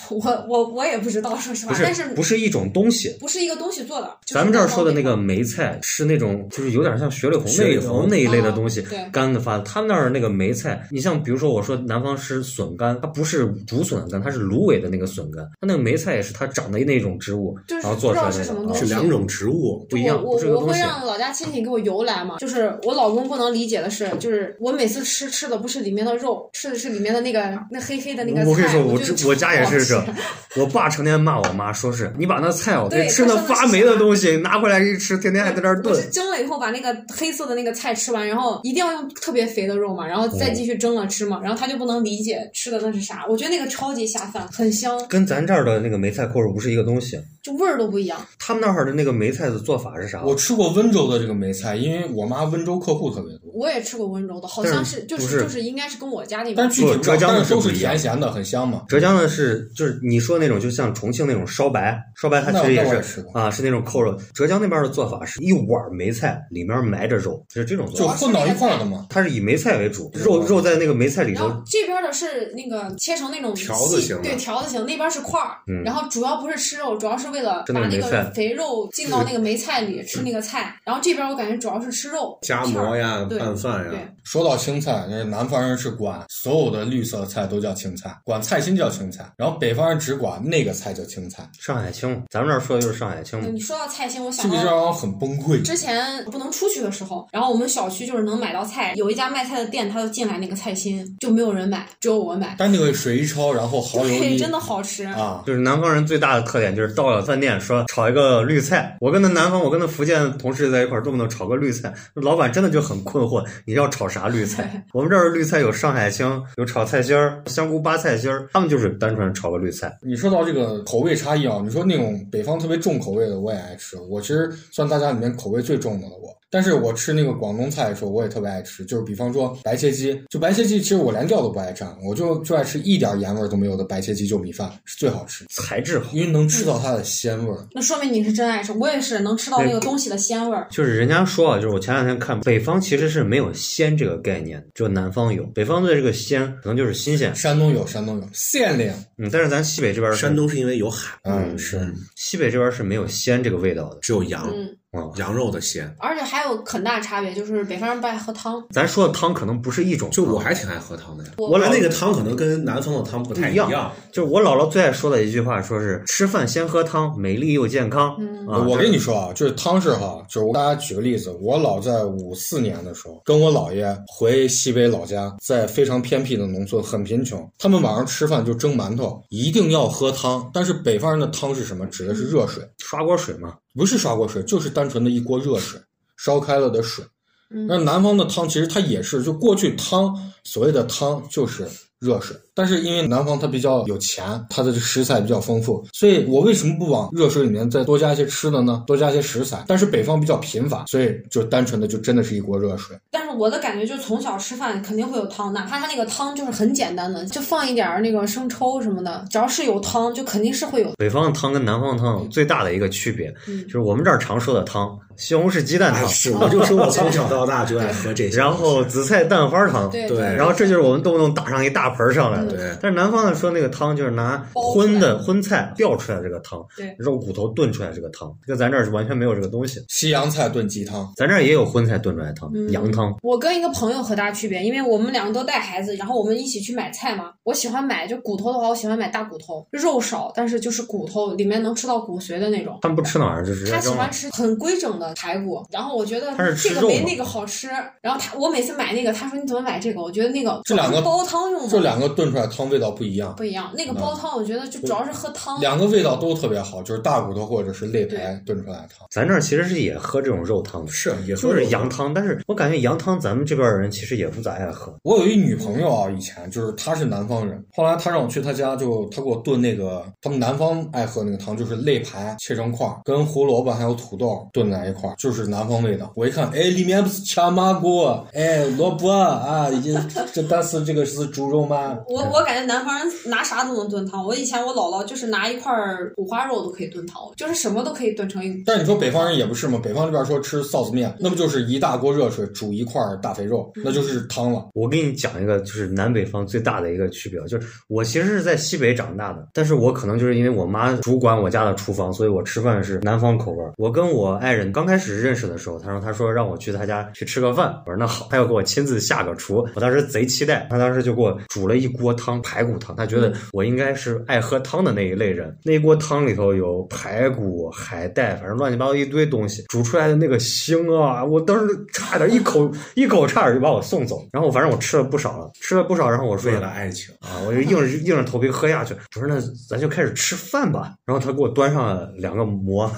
Speaker 4: 我我我也不知道，说实话，
Speaker 1: 不
Speaker 4: 但
Speaker 1: 是
Speaker 4: 是
Speaker 1: 不是一种东西，
Speaker 4: 不是一个东西做的。就是
Speaker 1: 咱们这儿说的那
Speaker 4: 南
Speaker 1: 个
Speaker 4: 方
Speaker 1: 梅菜是那种，就是有点像雪里红、
Speaker 3: 雪
Speaker 1: 内
Speaker 3: 里
Speaker 1: 里
Speaker 3: 红
Speaker 1: 红那一类的东西
Speaker 4: 啊对，
Speaker 1: 干的发的。他们那儿那个梅菜，你像比如说我说南方吃笋干，它不是竹笋干，它是芦苇的那个笋干，它那个梅菜也是它长的那种植物，
Speaker 4: 就是
Speaker 1: 然后做出来
Speaker 4: 不知道是
Speaker 1: 的
Speaker 4: 什么
Speaker 1: 那
Speaker 4: 东
Speaker 1: 个
Speaker 4: 西
Speaker 3: 是
Speaker 1: 啊
Speaker 3: 两种植物。
Speaker 1: 不一样，
Speaker 4: 我
Speaker 1: 不是一个
Speaker 4: 我我
Speaker 1: 东
Speaker 4: 会
Speaker 1: 西。
Speaker 4: 让老家亲戚给我邮来嘛，就是我老公不能理解的是，就是我每次吃吃的不是里面的肉，吃的是里面的那个那黑黑的那个菜。
Speaker 1: 我跟你说，我
Speaker 4: 就
Speaker 1: 这我家也是这
Speaker 4: 好吃，
Speaker 1: 我爸成天骂我妈，说是你把那菜哦，
Speaker 4: 对
Speaker 1: 给吃那发霉的东西拿回来一吃，天天还在那儿
Speaker 4: 我
Speaker 1: 炖
Speaker 4: 是。蒸了以后把那个黑色的那个菜吃完，然后一定要用特别肥的肉嘛，然后再
Speaker 1: 哦
Speaker 4: 继续蒸了吃嘛，然后他就不能理解吃的那是啥。我觉得那个超级下饭，很香。
Speaker 1: 跟咱这儿的那个梅菜扣肉不是一个东西，
Speaker 4: 就味儿都不一样。
Speaker 1: 他们那儿的那个梅菜的做法是啥？啊
Speaker 2: 我吃过温州的这个梅菜，因为我妈温州客户特别多，
Speaker 4: 我也吃过温州的，好像是就
Speaker 1: 不
Speaker 4: 是
Speaker 1: 是
Speaker 4: 就是应该是跟我家那边
Speaker 2: 但具体不知道
Speaker 1: 浙江的
Speaker 2: 但是都
Speaker 1: 是
Speaker 2: 是
Speaker 1: 不一样
Speaker 2: 甜咸的，很香嘛。
Speaker 1: 浙江的是就是你说那种，就像重庆那种烧白，烧白它
Speaker 2: 那
Speaker 1: 其实
Speaker 2: 那我
Speaker 1: 也
Speaker 2: 也
Speaker 1: 是
Speaker 2: 吃过
Speaker 1: 啊，是那种扣肉。浙江那边的做法是一碗梅菜里面埋着肉，就是这种
Speaker 2: 就
Speaker 1: 做法。
Speaker 2: 混到一块儿的嘛，
Speaker 1: 它是以梅菜为主，肉肉在那个梅菜里
Speaker 4: 然
Speaker 1: 头
Speaker 4: 后这边的是那个切成那种
Speaker 5: 条子
Speaker 4: 细
Speaker 5: 型的
Speaker 4: 对条子型，那边是块儿、
Speaker 1: 嗯
Speaker 4: 然后主要不是吃肉，主要是为了
Speaker 1: 吃那
Speaker 4: 把
Speaker 1: 个
Speaker 4: 那
Speaker 1: 梅
Speaker 4: 个
Speaker 1: 菜
Speaker 4: 肥肉进到那个梅菜里吃那个菜。然后这边我感觉主要是吃肉
Speaker 3: 夹
Speaker 4: 片
Speaker 3: 馍
Speaker 4: 儿
Speaker 3: 呀
Speaker 4: 对，
Speaker 3: 拌饭
Speaker 4: 对
Speaker 3: 呀，，
Speaker 2: 说到青菜，那南方人是管所有的绿色菜都叫青菜，管菜心叫青菜，然后北方人只管那个菜叫青菜，
Speaker 1: 上海青，咱们这儿说的就是上海青嘛
Speaker 4: 对。你说到菜心，我
Speaker 2: 这
Speaker 4: 想
Speaker 2: 个
Speaker 4: 到
Speaker 2: 就让我很崩溃。
Speaker 4: 之前不能出去的时候，然后我们小区就是能买到菜，有一家卖菜的店，他就进来那个菜心就没有人买，只有我买，
Speaker 2: 但那个水一焯，然后蚝 油
Speaker 4: 对，
Speaker 2: 一
Speaker 4: 真的好吃。
Speaker 2: 啊，
Speaker 1: 就是南方人最大的特点就是到了饭店说炒一个绿菜，我跟那南方，我跟那福建同事在一块儿动不动炒个绿菜，老板真的就很困惑，你要炒啥绿菜？我们这儿绿菜有上海青，有炒菜心儿、香菇扒菜心儿，他们就是单纯炒个绿菜。
Speaker 2: 你说到这个口味差异啊，你说那种北方特别重口味的我也爱吃，我其实算大家里面口味最重的了我。但是我吃那个广东菜的时候，我也特别爱吃，就是比方说白切鸡，就白切鸡，其实我连料都不爱蘸，我就就爱吃一点盐味儿都没有的白切鸡就米饭是最好吃，
Speaker 1: 材质好，
Speaker 2: 因为能吃到它的鲜味儿。
Speaker 4: 那说明你是真爱吃，我也是能吃到那个东西的鲜味儿。
Speaker 1: 就是人家说啊，就是我前两天看，北方其实是没有鲜这个概念，只有南方有。北方的这个鲜可能就是新鲜，
Speaker 2: 山东有，山东有县令，
Speaker 1: 嗯，但是咱西北这边是
Speaker 3: 山东是因为有海，
Speaker 2: 嗯，是
Speaker 1: 西北这边是没有鲜这个味道的。
Speaker 3: 只有羊
Speaker 4: 嗯，
Speaker 3: 羊肉的鲜。
Speaker 4: 而且还有很大差别，就是北方人不爱喝汤，
Speaker 1: 咱说的汤可能不是一种
Speaker 3: 就
Speaker 1: 汤，
Speaker 3: 我还挺爱喝汤的呀，
Speaker 4: 我
Speaker 3: 我俩那个汤可能跟南方的汤不太
Speaker 1: 哦不一样就是我姥姥最爱说的一句话，说是吃饭先喝汤，美丽又健康。
Speaker 4: 嗯
Speaker 1: 啊，
Speaker 2: 我
Speaker 1: 这
Speaker 2: 跟你说啊，就是汤是哈，就是我给大家举个例子，我老在五四年的时候，跟我姥爷回西北老家，在非常偏僻的农村，很贫穷。他们晚上吃饭就蒸馒头，一定要喝汤。但是北方人的汤是什么？指的是热水，
Speaker 1: 刷锅水嘛，
Speaker 2: 不是刷锅水，就是单纯的一锅热水，烧开了的水。
Speaker 4: 嗯
Speaker 2: 那南方的汤其实它也是，就过去汤所谓的汤就是热水，但是因为南方它比较有钱，它的食材比较丰富，所以我为什么不往热水里面再多加一些吃的呢？多加一些食材。但是北方比较贫乏，所以就单纯的就真的是一锅热水。
Speaker 4: 但是我的感觉就是从小吃饭肯定会有汤，哪怕他那个汤就是很简单的，就放一点儿那个生抽什么的，只要是有汤就肯定是会有
Speaker 1: 北方的汤跟南方的汤有最大的一个区别，
Speaker 4: 嗯
Speaker 1: 就是我们这儿常说的汤，西红柿鸡蛋汤
Speaker 3: 哎，，是，我就说我从小到大就爱喝这些。
Speaker 1: 然后紫菜蛋花汤，
Speaker 4: 对嗯
Speaker 3: 对
Speaker 1: 然后这就是我们动不动打上一大盆儿上来的。
Speaker 3: 对，
Speaker 1: 但是南方的说那个汤就是拿荤的荤菜吊出来这个汤，
Speaker 4: 对
Speaker 1: 肉骨头炖出来这个汤，跟咱这儿是完全没有这个东西。
Speaker 2: 西洋菜炖鸡汤，
Speaker 1: 咱这儿也有荤菜炖出来的汤，
Speaker 4: 嗯
Speaker 1: 羊汤。
Speaker 4: 我跟一个朋友很大区别，因为我们两个都带孩子，然后我们一起去买菜嘛。我喜欢买就骨头的话，我喜欢买大骨头，肉少，但是就是骨头里面能吃到骨髓的那种。
Speaker 1: 他们不吃那玩意儿，就直接
Speaker 4: 他喜
Speaker 1: 扔
Speaker 4: 欢
Speaker 1: 了。
Speaker 4: 吃很规整的排骨，然后我觉得
Speaker 1: 他是吃
Speaker 4: 这个
Speaker 1: 肉
Speaker 4: 没
Speaker 1: 吗
Speaker 4: 那个好吃。然后他我每次买那个，他说你怎么买这个？我觉得那个
Speaker 2: 这两个
Speaker 4: 主要是煲汤用
Speaker 2: 这
Speaker 4: 的
Speaker 2: 两个炖出来汤味道不一样，
Speaker 4: 不一样，那个煲汤我觉得就主要是喝汤。
Speaker 2: 两个味道都特别好，就是大骨头或者是肋排炖出来的汤。
Speaker 1: 咱这儿其实是也喝这种肉汤的，
Speaker 3: 是啊也
Speaker 1: 就
Speaker 3: 喝
Speaker 1: 是
Speaker 3: 肉
Speaker 1: 羊汤，但是我感觉羊汤咱们这边儿人其实也不咋爱喝。
Speaker 2: 我有一女朋友啊，以前就是她是南方人，后来她让我去她家就，她给我炖那个他们南方爱喝那个汤，就是肋排切成块儿，跟胡萝卜还有土豆炖在一块儿，就是南方味道。我一看，哎，里面不是炝麻锅，哎，萝卜啊，已经这但是这个是猪肉吗？
Speaker 4: 我我感觉南方人拿啥都能炖汤。我以前我姥姥就是拿一块儿五花肉都可以炖汤，就是什么都可以炖成一个
Speaker 2: 但是你说北方人也不是嘛，北方这边说吃臊子面，那不就是一大锅热水煮一块儿大肥肉，那就是汤了。
Speaker 1: 我给你讲一个，就是南北方最大的一个区别，啊就是我其实是在西北长大的，但是我可能就是因为我妈主管我家的厨房，所以我吃饭是南方口味儿。我跟我爱人刚开始认识的时候，她说她说让我去她家去吃个饭，我说那好，她要给我亲自下个厨，我当时贼期待，她当时就给我煮了一锅汤，排骨汤，她觉得我应该是爱喝汤的那一类人。那一锅汤里头有排骨、海带，反正乱七八糟一堆东西，煮出来的那个腥啊，我当时差点一口一口差点就把我送走。然后反正我吃了不少了，吃了不少，然后我说
Speaker 3: 为了爱情，
Speaker 1: 啊，我就硬着硬着头皮喝下去。我说那咱就开始吃饭吧。然后他给我端上了两个馍，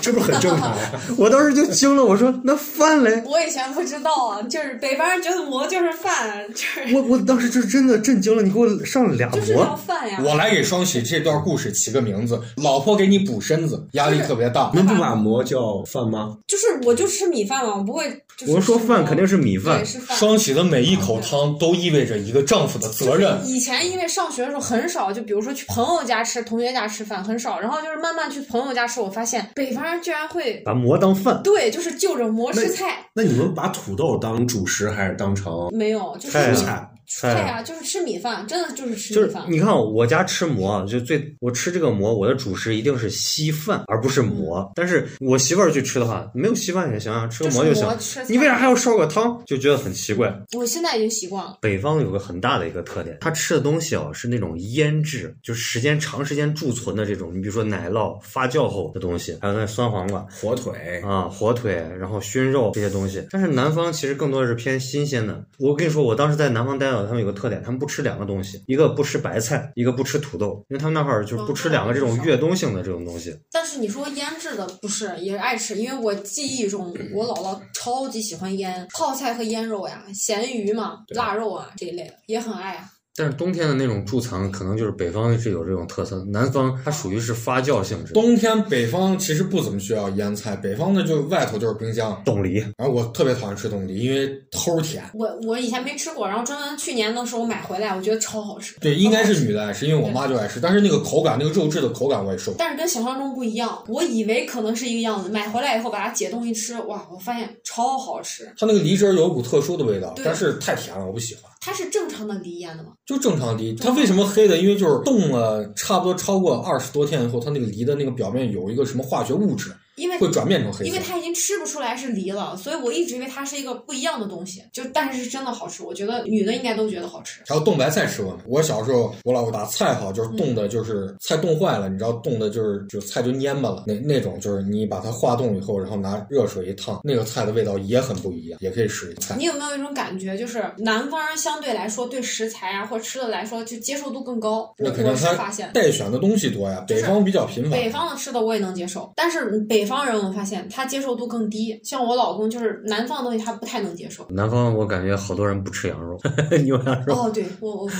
Speaker 3: 这不是很正常吗？
Speaker 1: 我当时就惊了，我说那饭嘞？
Speaker 4: 我以前不知道啊，就是北方人觉得馍就是饭，就是
Speaker 1: 我我当时就真的震惊了，你给我上俩
Speaker 4: 就是要
Speaker 1: 啊馍，
Speaker 4: 饭呀。
Speaker 2: 我来给双喜这段故事起个名字，老婆给你补身子，压力特别大。
Speaker 5: 能不把馍叫饭吗？
Speaker 4: 就是我就吃米饭嘛，我不会就是吃馍。
Speaker 1: 我说饭肯定是米饭
Speaker 4: 对，是饭。
Speaker 2: 双喜的每一口汤都意味着一个丈夫的责任。
Speaker 4: 以前因为上学的时候很少，就比如说去朋友家吃、同学家吃饭很少，然后就是慢慢去朋友家吃，我发现北方人居然会
Speaker 1: 把馍当饭，
Speaker 4: 对，就是就着馍吃菜，
Speaker 5: 那你们把土豆当主食还是当成
Speaker 4: 没有就是
Speaker 1: 菜啊
Speaker 5: 菜？
Speaker 1: 菜
Speaker 4: 呀、就是吃米饭，真的就是吃
Speaker 1: 就
Speaker 4: 米
Speaker 1: 是
Speaker 4: 饭。
Speaker 1: 你看哦我家吃馍，啊就最我吃这个馍，我的主食一定是稀饭，而不
Speaker 4: 嗯
Speaker 1: 是馍。但是我媳妇儿去吃的话，没有稀饭也行啊，吃个馍
Speaker 4: 就
Speaker 1: 就是行
Speaker 4: 馍吃菜。
Speaker 1: 你为啥还要烧个汤？就觉得很奇怪。
Speaker 4: 我现在已经习惯了，
Speaker 1: 北方有个很大的一个特点，它吃的东西啊是那种腌制，就是时间长时间贮存的这种，你比如说奶酪发酵后的东西，还有那酸黄瓜，
Speaker 5: 火腿？
Speaker 1: 啊，火腿，然后熏肉这些东西。但是南方其实更多的是偏新鲜的。我跟你说，我当时在南方待着，他们有个特点，他们不吃两个东西，一个不吃白菜，一个不吃土豆，因为他们那会儿就是不吃两个这种越冬性的这种东西。
Speaker 4: 但是你说腌制的不是也是爱吃，因为我记忆中我姥姥超级喜欢腌泡菜和腌肉呀，咸鱼嘛、腊肉啊这一类的也很爱啊。
Speaker 1: 但是冬天的那种贮藏，可能就是北方是有这种特色，南方它属于是发酵性质。
Speaker 2: 冬天北方其实不怎么需要腌菜，北方的就外头就是冰箱。
Speaker 1: 冻梨，
Speaker 2: 然后我特别讨厌吃冻梨，因为齁甜。
Speaker 4: 我我以前没吃过，然后专门去年的时候买回来，我觉得超好吃。
Speaker 2: 对，应该是女的爱吃，因为我妈就爱吃，但是那个口感，那个肉质的口感我也受不了。
Speaker 4: 但是跟想象中不一样，我以为可能是一个样子，买回来以后把它解冻一吃，哇，我发现超好吃。
Speaker 2: 它那个梨汁儿有一股特殊的味道，
Speaker 4: 对
Speaker 2: 但是太甜了，我不喜欢。
Speaker 4: 它是正常的梨腌的吗？
Speaker 2: 就正常梨，它为什么黑的？因为就是冻了差不多超过二十多天以后，它那个梨的那个表面有一个什么化学物质，
Speaker 4: 因为
Speaker 2: 会转变成黑
Speaker 4: 因
Speaker 2: 色
Speaker 4: 为。它已经吃不出来是梨了，所以我一直以为它是一个不一样的东西。就但是是真的好吃，我觉得女的应该都觉得好吃。
Speaker 2: 还有冻白菜吃过没？我小时候，我老婆打菜哈，就是冻的，就是菜冻坏了，你知道冻的，就是就菜就蔫巴了，那那种就是你把它化冻以后，然后拿热水一烫，那个菜的味道也很不一样，也可以试一下。
Speaker 4: 你有没有一种感觉，就是南方人相对来说对食材啊或者吃的来说就接受度更高？
Speaker 2: 那
Speaker 4: 我
Speaker 2: 肯定
Speaker 4: 我是发
Speaker 2: 它
Speaker 4: 现。
Speaker 2: 带选的东西多呀，北方比较频繁。
Speaker 4: 北方的吃的我也能接受，但是嗯北方人我发现他接受度更低，像我老公就是南方的东西他不太能接受。
Speaker 1: 南方我感觉好多人不吃羊肉， 牛羊肉。
Speaker 4: 哦，对我我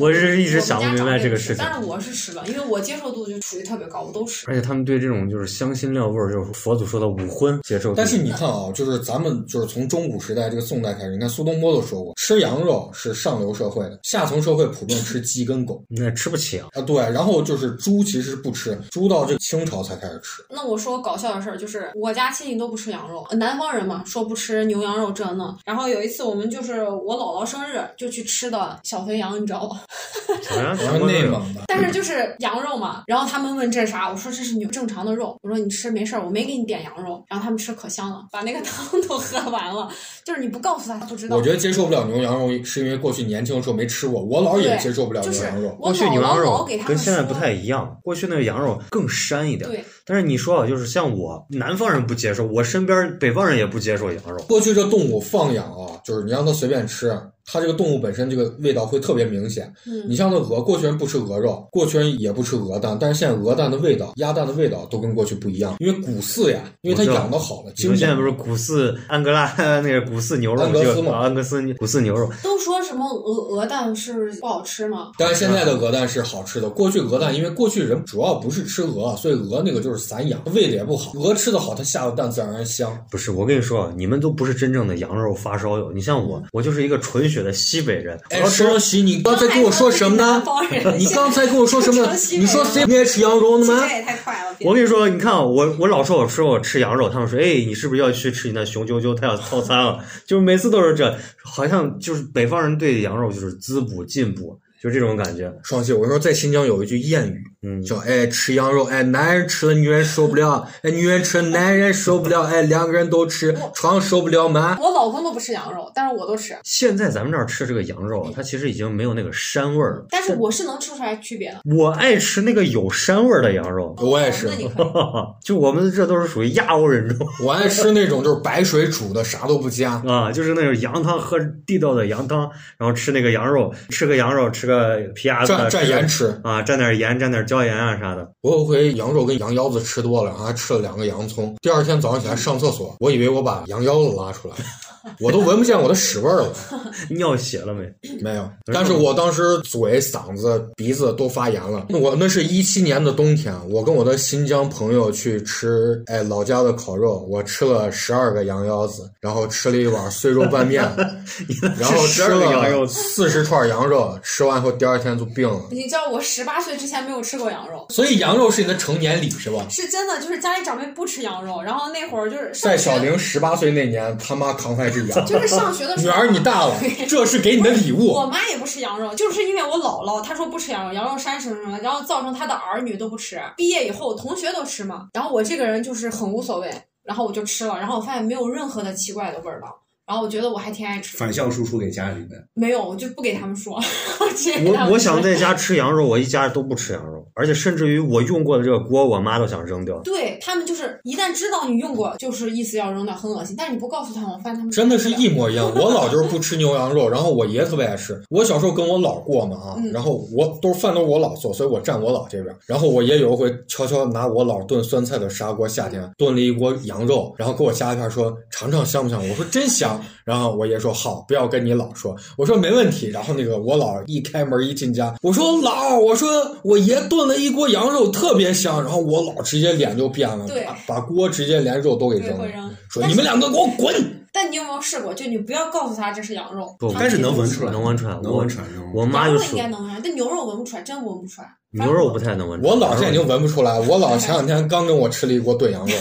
Speaker 1: 我是一直
Speaker 4: 我
Speaker 1: 想不明白这个事情
Speaker 4: 我们家长辈不吃但是我是吃了，因为我接受度就属于特别高，我都吃。
Speaker 1: 而且他们对这种就是香辛料味儿，就是佛祖说的五荤接受度。
Speaker 2: 但是你看啊，就是咱们就是从中古时代这个宋代开始，你看苏东坡都说过，吃羊肉是上流社会的，下层社会普遍吃鸡跟狗
Speaker 1: 那吃不 起啊，
Speaker 2: 啊。对，然后就是猪其实不吃，猪到这个清朝才开始吃。
Speaker 4: 那我说搞笑的事儿，就是我家亲戚都不吃羊肉，南方人嘛，说不吃牛羊肉这那。然后有一次我们就是我姥姥生日就去吃的小肥羊，你知道吗？
Speaker 1: 好像
Speaker 2: 然后内蒙的，
Speaker 4: 但是就是羊肉嘛，然后他们问这是啥，我说这是牛正常的肉，我说你吃没事儿，我没给你点羊肉。然后他们吃可香了，把那个汤 都喝完了，就是你不告诉他他不知道。
Speaker 2: 我觉得接受不了牛羊肉，是因为过去年轻的时候没吃过，我姥也
Speaker 4: 对
Speaker 2: 接受不了
Speaker 4: 就
Speaker 2: 牛
Speaker 4: 是
Speaker 2: 羊肉。
Speaker 4: 我
Speaker 1: 过去
Speaker 4: 姥
Speaker 1: 牛
Speaker 4: 姥
Speaker 1: 羊
Speaker 4: 老
Speaker 1: 肉
Speaker 4: 给他们
Speaker 1: 跟现在不
Speaker 4: 说
Speaker 1: 太一样，过去那个羊肉更膻一点。
Speaker 4: 对，
Speaker 1: 但是你说啊，就是像我南方人不接受，我身边北方人也不接受羊肉。
Speaker 2: 过去这动物放养啊，就是你让它随便吃，它这个动物本身这个味道会特别明显。
Speaker 4: 嗯
Speaker 2: 你，像那鹅，过去人不吃鹅肉，过去人也不吃鹅蛋，但是现在鹅蛋的味道、鸭蛋的味道都跟过去不一样，因为古饲呀，因为它
Speaker 1: 我知道
Speaker 2: 养的好了，
Speaker 1: 你们
Speaker 2: 经
Speaker 1: 现在
Speaker 2: 典
Speaker 1: 不。是古四安哥拉 那个古四牛肉
Speaker 2: 安格斯
Speaker 1: 就
Speaker 2: 嘛
Speaker 1: 啊安格斯古四牛肉，
Speaker 4: 都说什么鹅鹅蛋是不好吃吗？
Speaker 2: 但是
Speaker 1: 啊
Speaker 2: 现在的鹅蛋是好吃的，过去鹅蛋因为过去人主要不是吃鹅，啊所以鹅那个就是散养，喂的也不好。鹅吃的好，它下的蛋自然而然香。
Speaker 1: 不是我跟你说啊，你们都不是真正的羊肉发烧友。你像我，我就是一个纯血的西北人。
Speaker 2: 哎，说喜，你刚才跟我说什么呢
Speaker 4: 南？方 人，
Speaker 2: 你刚才跟我说什么呢？你说谁不爱吃羊肉呢
Speaker 4: 现
Speaker 2: 吗？
Speaker 4: 在也太快了，别
Speaker 1: 我跟你说，你看啊我，我老说我说我吃羊肉，他们说，哎，你是不是要去吃你那雄赳赳？他要套餐了，就是每次都是这，好像就是北方人对羊肉就是滋补进补，就是这种感觉。
Speaker 2: 双喜，我说在新疆有一句谚语，
Speaker 1: 嗯，
Speaker 2: 叫哎吃羊肉，哎男人吃了女人受不了，哎女人吃了男人受不了，哎两个人都吃床受不了吗？
Speaker 4: 我老公都不吃羊肉，但是我都吃，
Speaker 1: 现在咱们这儿吃这个羊肉啊，它其实已经没有那个膻味儿了。
Speaker 4: 但是我是能吃出来区别的。哦
Speaker 1: 我爱吃那个有膻味儿的羊肉，
Speaker 2: 我也是
Speaker 4: 那你可以。
Speaker 1: 就我们这都是属于亚欧人种
Speaker 2: 我爱吃那种就是白水煮的，啥都 不加。
Speaker 1: 啊，就是那种羊汤喝地道的羊汤，然后吃那个羊肉，吃个羊肉，吃个皮牙子
Speaker 2: 蘸蘸盐吃。
Speaker 1: 啊，蘸点盐，蘸点椒盐啊啥的。
Speaker 2: 我有回羊肉跟羊腰子吃多了，然后还吃了两个洋葱。第二天早上起来上厕所，我以为我把羊腰子拉 出来，我都闻不见我的屎味儿了。
Speaker 1: 尿血了没？
Speaker 2: 没有，但是我当时嘴、嗓子、鼻子都发炎了。我那是一七年的冬天，我跟我的新疆朋友去吃，哎，老家的烤肉，我吃了十二个羊腰子，然后吃了一碗碎肉拌 面，然后吃
Speaker 1: 12个羊
Speaker 2: 了
Speaker 1: 肉
Speaker 2: 四十串羊肉，吃完后第二天就病了。
Speaker 4: 你知道我十八岁之前没有吃过羊肉，
Speaker 2: 所以羊肉是你的成年礼是吧？
Speaker 4: 是真的，就是家里长辈不吃羊肉，然后那会儿就是上
Speaker 2: 在小
Speaker 4: 学
Speaker 2: 玲十八岁那年，他妈扛坏只羊，
Speaker 4: 就是上学的时
Speaker 2: 女
Speaker 4: 候，
Speaker 2: 儿你大了，这是给你的礼物
Speaker 4: 我。妈也不吃羊肉，就是因为我姥姥她说不吃羊肉，羊肉膻什么什么，然后造成她的儿女都不吃。毕业以后，同学都吃嘛，然后我这个人就是很无所谓，然后我就吃了，然后我发现没有任何的奇怪的味儿道，然后我觉得我还挺爱吃的。
Speaker 5: 反向输出给家里的，
Speaker 4: 没有，我就不给他们说。 直接给他们
Speaker 1: 我我
Speaker 4: 吃
Speaker 1: 想在家吃羊肉，我一家都不吃羊肉，而且甚至于我用过的这个锅，我妈都想扔掉。
Speaker 4: 对他们就是一旦知道你用过，就是意思要扔掉，很恶心。但是你不告诉他们，我发现他们
Speaker 2: 真的是一模一样。我姥就是不吃牛羊 肉，然后我爷特别爱吃。我小时候跟我姥过嘛啊，
Speaker 4: 嗯
Speaker 2: 然后我都是饭都是我姥做，所以我站我姥这边。然后我爷有一回悄悄拿我姥炖酸菜的砂锅，夏
Speaker 4: 嗯
Speaker 2: 天炖了一锅羊肉，然后给我夹一片说尝尝香不香？我说真香。然后我爷说好，不要跟你姥说。我说没问题。然后那个我姥一开门一进家，我说姥，我说我爷炖了一锅羊肉特别香。然后我姥直接脸就变了，
Speaker 4: 对
Speaker 2: 把把锅直接连肉都给
Speaker 4: 对
Speaker 2: 扔了
Speaker 4: 会，扔。
Speaker 2: 说你们两个给我滚！
Speaker 4: 但你有没有试过？就你不要告诉他这是羊肉，
Speaker 1: 不
Speaker 4: 他们
Speaker 5: 但是
Speaker 4: 也
Speaker 5: 能
Speaker 4: 不
Speaker 5: 闻
Speaker 4: 吃
Speaker 5: 出来，
Speaker 1: 能闻出来
Speaker 5: 能闻出来，能闻出来。
Speaker 1: 我妈
Speaker 4: 羊
Speaker 1: 就
Speaker 4: 肉应
Speaker 1: 说
Speaker 4: 该能闻出来，但牛肉闻不出来，真闻不出来。反
Speaker 1: 牛
Speaker 4: 正
Speaker 1: 肉不太能闻出来。
Speaker 2: 我姥现在已经闻不出来，我姥前两天刚跟我吃了一锅炖羊 肉，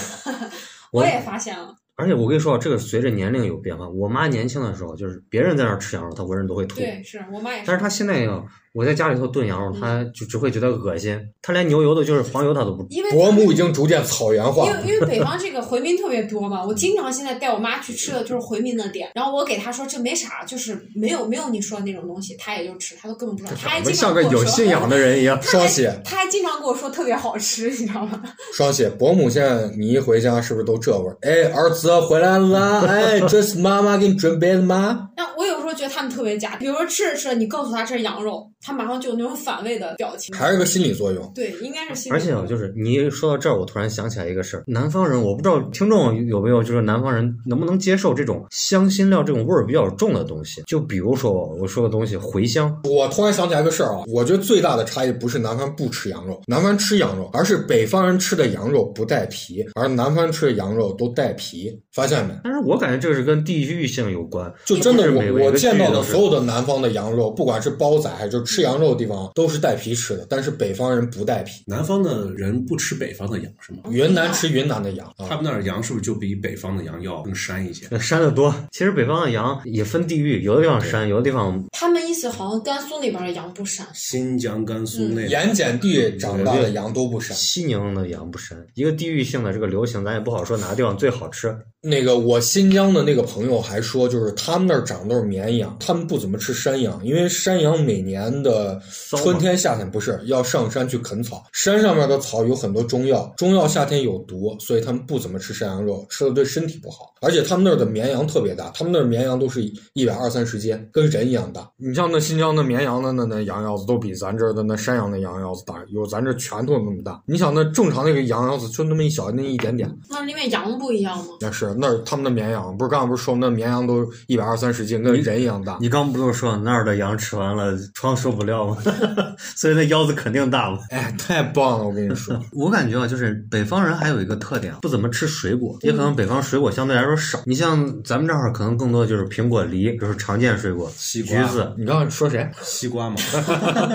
Speaker 4: 我
Speaker 1: 我
Speaker 4: 也发现了，
Speaker 1: 而且我跟你说，啊这个随着年龄有变化。我妈年轻的时候，就是别人在那儿吃羊肉，她闻着都会吐。
Speaker 4: 对，是我妈也
Speaker 1: 但
Speaker 4: 是。
Speaker 1: 是她现在呀，我在家里头炖羊肉，
Speaker 4: 嗯
Speaker 1: 她就只会觉得恶心，她连牛油的，就是黄油她都不。
Speaker 4: 因为
Speaker 2: 伯母已经逐渐草原化
Speaker 4: 因
Speaker 2: 了
Speaker 4: 为。因为北方这个回民特别多嘛，我经常现在带我妈去吃的就是回民的店，然后我给她说这没啥，就是没有没有你说的那种东西，她也就吃，她都根本不知道，她还
Speaker 1: 我
Speaker 4: 经
Speaker 1: 们
Speaker 4: 常
Speaker 1: 像
Speaker 4: 跟
Speaker 1: 个
Speaker 4: 我说
Speaker 1: 有信仰的人一样。
Speaker 2: 双喜，
Speaker 4: 她还经常跟我说特别好吃，你知道吗？
Speaker 2: 双喜，伯母现在你一回家是不是都这味儿？哎，儿子回 来啦！哎，这是妈妈给你准备的吗？
Speaker 4: 那我有时候觉得他们特别假，比如说吃着吃着，你告诉她这是羊肉，她马上就有那种反胃的表情。
Speaker 2: 还是个心理作用。
Speaker 4: 对，应该是心理。
Speaker 1: 而且啊，就是你一说到这儿，我突然想起来一个事儿，南方人，我不知道听众有没有，就是南方人能不能接受这种香辛料这种味儿比较重的东西？就比如说我说个东西茴香，
Speaker 2: 我突然想起来个事儿啊，我觉得最大的差异不是南方不吃羊肉，南方吃羊肉，而是北方人吃的羊肉不带皮，而南方吃的羊肉都带皮，发现没？
Speaker 1: 但是我感觉这是跟地域性有关。
Speaker 2: 就真的
Speaker 1: 不是每
Speaker 2: 我我
Speaker 1: 每个
Speaker 2: 见
Speaker 1: 区域
Speaker 2: 到的
Speaker 1: 都是
Speaker 2: 所有的南方的羊肉，不管是煲仔还是就吃羊肉的地方，都是带皮吃的，但是北方人不带皮。
Speaker 5: 南方的人不吃北方的羊是吗？
Speaker 2: 云南吃云南的羊
Speaker 5: 他
Speaker 2: 啊，
Speaker 5: 们那儿羊是不是就比北方的羊要更膻一些？
Speaker 1: 那膻的多。其实北方的羊也分地域，有的地方膻，有的地方
Speaker 4: 他们意思好像甘肃那边的羊不膻，
Speaker 5: 新疆、甘肃
Speaker 4: 嗯
Speaker 5: 那边
Speaker 2: 盐碱地长大的羊都不膻。
Speaker 1: 西宁的羊不膻。一个地域性的这个流行，咱也不好说哪个地方最好吃。
Speaker 2: 那个我新疆的那个朋友还说，就是他们那儿长的都是绵羊，他们不怎么吃山羊，因为山羊每年的
Speaker 1: 嘛
Speaker 2: 春天夏天不是要上山去啃草，山上面的草有很多中药，中药夏天有毒，所以他们不怎么吃山羊肉，吃了对身体不好。而且他们那儿的绵羊特别大，他们那儿绵羊都是一百二三十斤，跟人一样大。你像那新疆的绵羊的那那羊腰子，都比咱这儿的那山羊的羊腰子大，有咱这拳头那么大。你想那正常那个羊腰子就那么一小那一点点。
Speaker 4: 那是因为羊不一样吗？
Speaker 2: 那是那儿他们的绵羊，不是刚刚不是说那绵羊都一百二三十斤，跟人一样大。
Speaker 1: 你刚不是说那儿的羊吃完了疮受不了吗？ 所以那腰子肯定大嘛。
Speaker 2: 哎，太棒了！我跟 你说，
Speaker 1: 我感觉啊，就是北方人还有一个特点，啊不怎么吃水果，也可
Speaker 2: 嗯
Speaker 1: 能北方水果相对来说少。你像咱们这儿可能更多就是苹果、梨，就是常见水果，
Speaker 5: 西瓜
Speaker 1: 橘子。
Speaker 2: 你刚刚说谁？
Speaker 5: 西瓜嘛，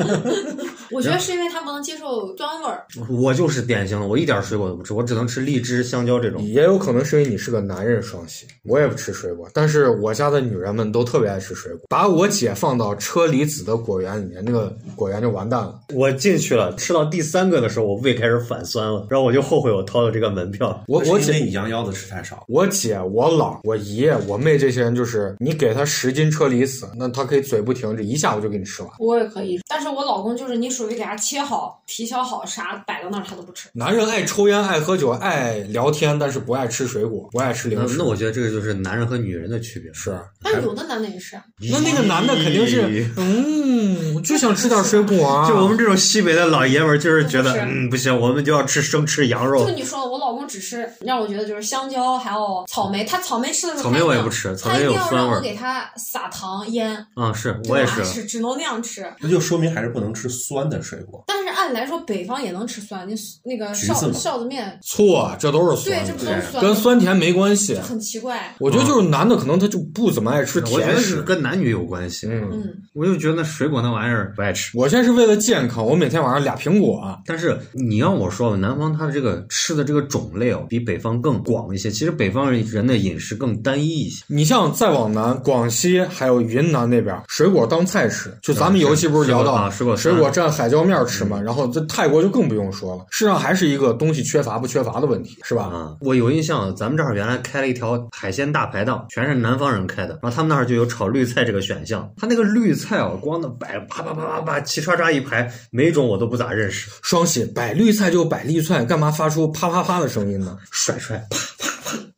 Speaker 4: 我觉得是因为他不能接受酸味儿，
Speaker 1: 我就是典型的，我一点水果都不吃，我只能吃荔枝、香蕉这种。
Speaker 2: 也有可能是因为你是个男人双喜，我也不吃水果，但是我家的女人们都特别爱吃水果。把我姐放到车厘子的果园里面，那个果园就完蛋了。
Speaker 1: 我进去了，吃到第三个的时候，我胃开始反酸了，然后我就后悔我掏了这个门票。
Speaker 2: 我
Speaker 5: 是
Speaker 2: 我
Speaker 5: 因
Speaker 2: 姐
Speaker 5: 为你羊腰子吃太少，
Speaker 2: 我姐、我姥、我姨、我妹这些人，就是你给她十斤车厘子，那她可以嘴不停止，一下午就给你吃完。
Speaker 4: 我也可以。但是我老公就是你属于给它切好、提削好，啥摆到那儿他都不吃。
Speaker 2: 男人爱抽烟、爱喝酒、爱聊天，但是不爱吃水果，不爱吃
Speaker 1: 那
Speaker 2: 零食。
Speaker 1: 那我觉得这个就是男人和女人的区别。
Speaker 2: 是，啊
Speaker 4: 但有的男的也是，
Speaker 2: 那那个男的肯定是
Speaker 1: 咦，
Speaker 2: 嗯，我就想吃点水果 啊。
Speaker 1: 就我们这种西北的老爷们儿，就是觉得
Speaker 4: 是
Speaker 1: 嗯不行，我们就要吃生吃羊
Speaker 4: 就
Speaker 1: 肉。
Speaker 4: 你说的，我老公只吃让我觉得就是香蕉还有草莓，他草莓吃的时候
Speaker 1: 草莓我也
Speaker 4: 他一定
Speaker 1: 不吃，草
Speaker 4: 他一
Speaker 1: 莓
Speaker 4: 定
Speaker 1: 有
Speaker 4: 要
Speaker 1: 酸
Speaker 4: 让
Speaker 1: 味
Speaker 4: 我
Speaker 1: 儿
Speaker 4: 给他撒糖腌，
Speaker 1: 啊、是
Speaker 4: 对
Speaker 1: 我也
Speaker 4: 吧
Speaker 1: 是，
Speaker 4: 是只能那样吃。
Speaker 3: 那就说明还是不能吃酸的水果。
Speaker 4: 但是按理来说，北方也能吃酸，你那个
Speaker 3: 橘
Speaker 4: 臊
Speaker 3: 子嘛啊
Speaker 4: 臊子面，
Speaker 2: 错，这都是
Speaker 4: 对，
Speaker 2: 酸
Speaker 4: 这不
Speaker 2: 的，
Speaker 4: 都是酸的，
Speaker 2: 跟酸甜没关系
Speaker 4: 就。很奇怪。
Speaker 2: 我觉得就是男的可能他就不怎么爱吃
Speaker 1: 我觉
Speaker 2: 甜
Speaker 1: 得是
Speaker 2: 食。
Speaker 1: 跟男女有关系。
Speaker 2: 嗯，
Speaker 4: 嗯，
Speaker 1: 我就觉得那水果那玩意儿不爱吃。
Speaker 2: 我现在是为了健康，我每天晚上俩苹果啊。
Speaker 1: 但是你要我说，南方它的这个吃的这个种类哦，比北方更广一些。其实北方人的饮食更单一一些。
Speaker 2: 你像再往南，广西还有云南那边，水果当菜吃。就咱们
Speaker 1: 对
Speaker 2: 尤其不是
Speaker 1: 水
Speaker 2: 聊
Speaker 1: 果
Speaker 2: 到
Speaker 1: 啊水果嗯
Speaker 2: 水
Speaker 1: 干
Speaker 2: 果蘸海椒面吃嘛，然后这泰国就更不用说了。世上还是一个东西缺乏不缺乏的问题，是吧？
Speaker 1: 啊，我有印象，咱们这儿原来开了一条海鲜大排档，全是南方人开的，然后他们那儿就有炒绿菜这个选项。他那个绿菜哦，光那摆啪啪啪啪啪齐刷刷一排，每一种我都不咋认识。
Speaker 2: 双喜摆绿菜就摆绿菜，干嘛发出啪啪啪的声音呢？
Speaker 1: 甩甩，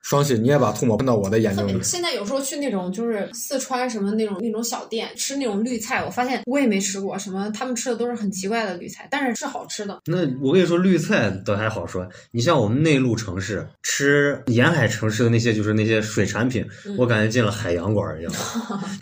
Speaker 2: 双喜，你也把唾沫喷到我的
Speaker 3: 嗯
Speaker 2: 眼
Speaker 4: 特
Speaker 2: 睛
Speaker 4: 别
Speaker 2: 里。
Speaker 4: 现在有时候去那种就是四川什么那种那种小店吃那种绿菜，我发现我也没吃过，什么他们吃的都是很奇怪的绿菜，但是是好吃的。
Speaker 1: 那我跟你说，绿菜倒还好说。你像我们内陆城市吃沿海城市的那些，就是那些水产品，
Speaker 4: 嗯
Speaker 1: 我感觉进了海洋馆一样。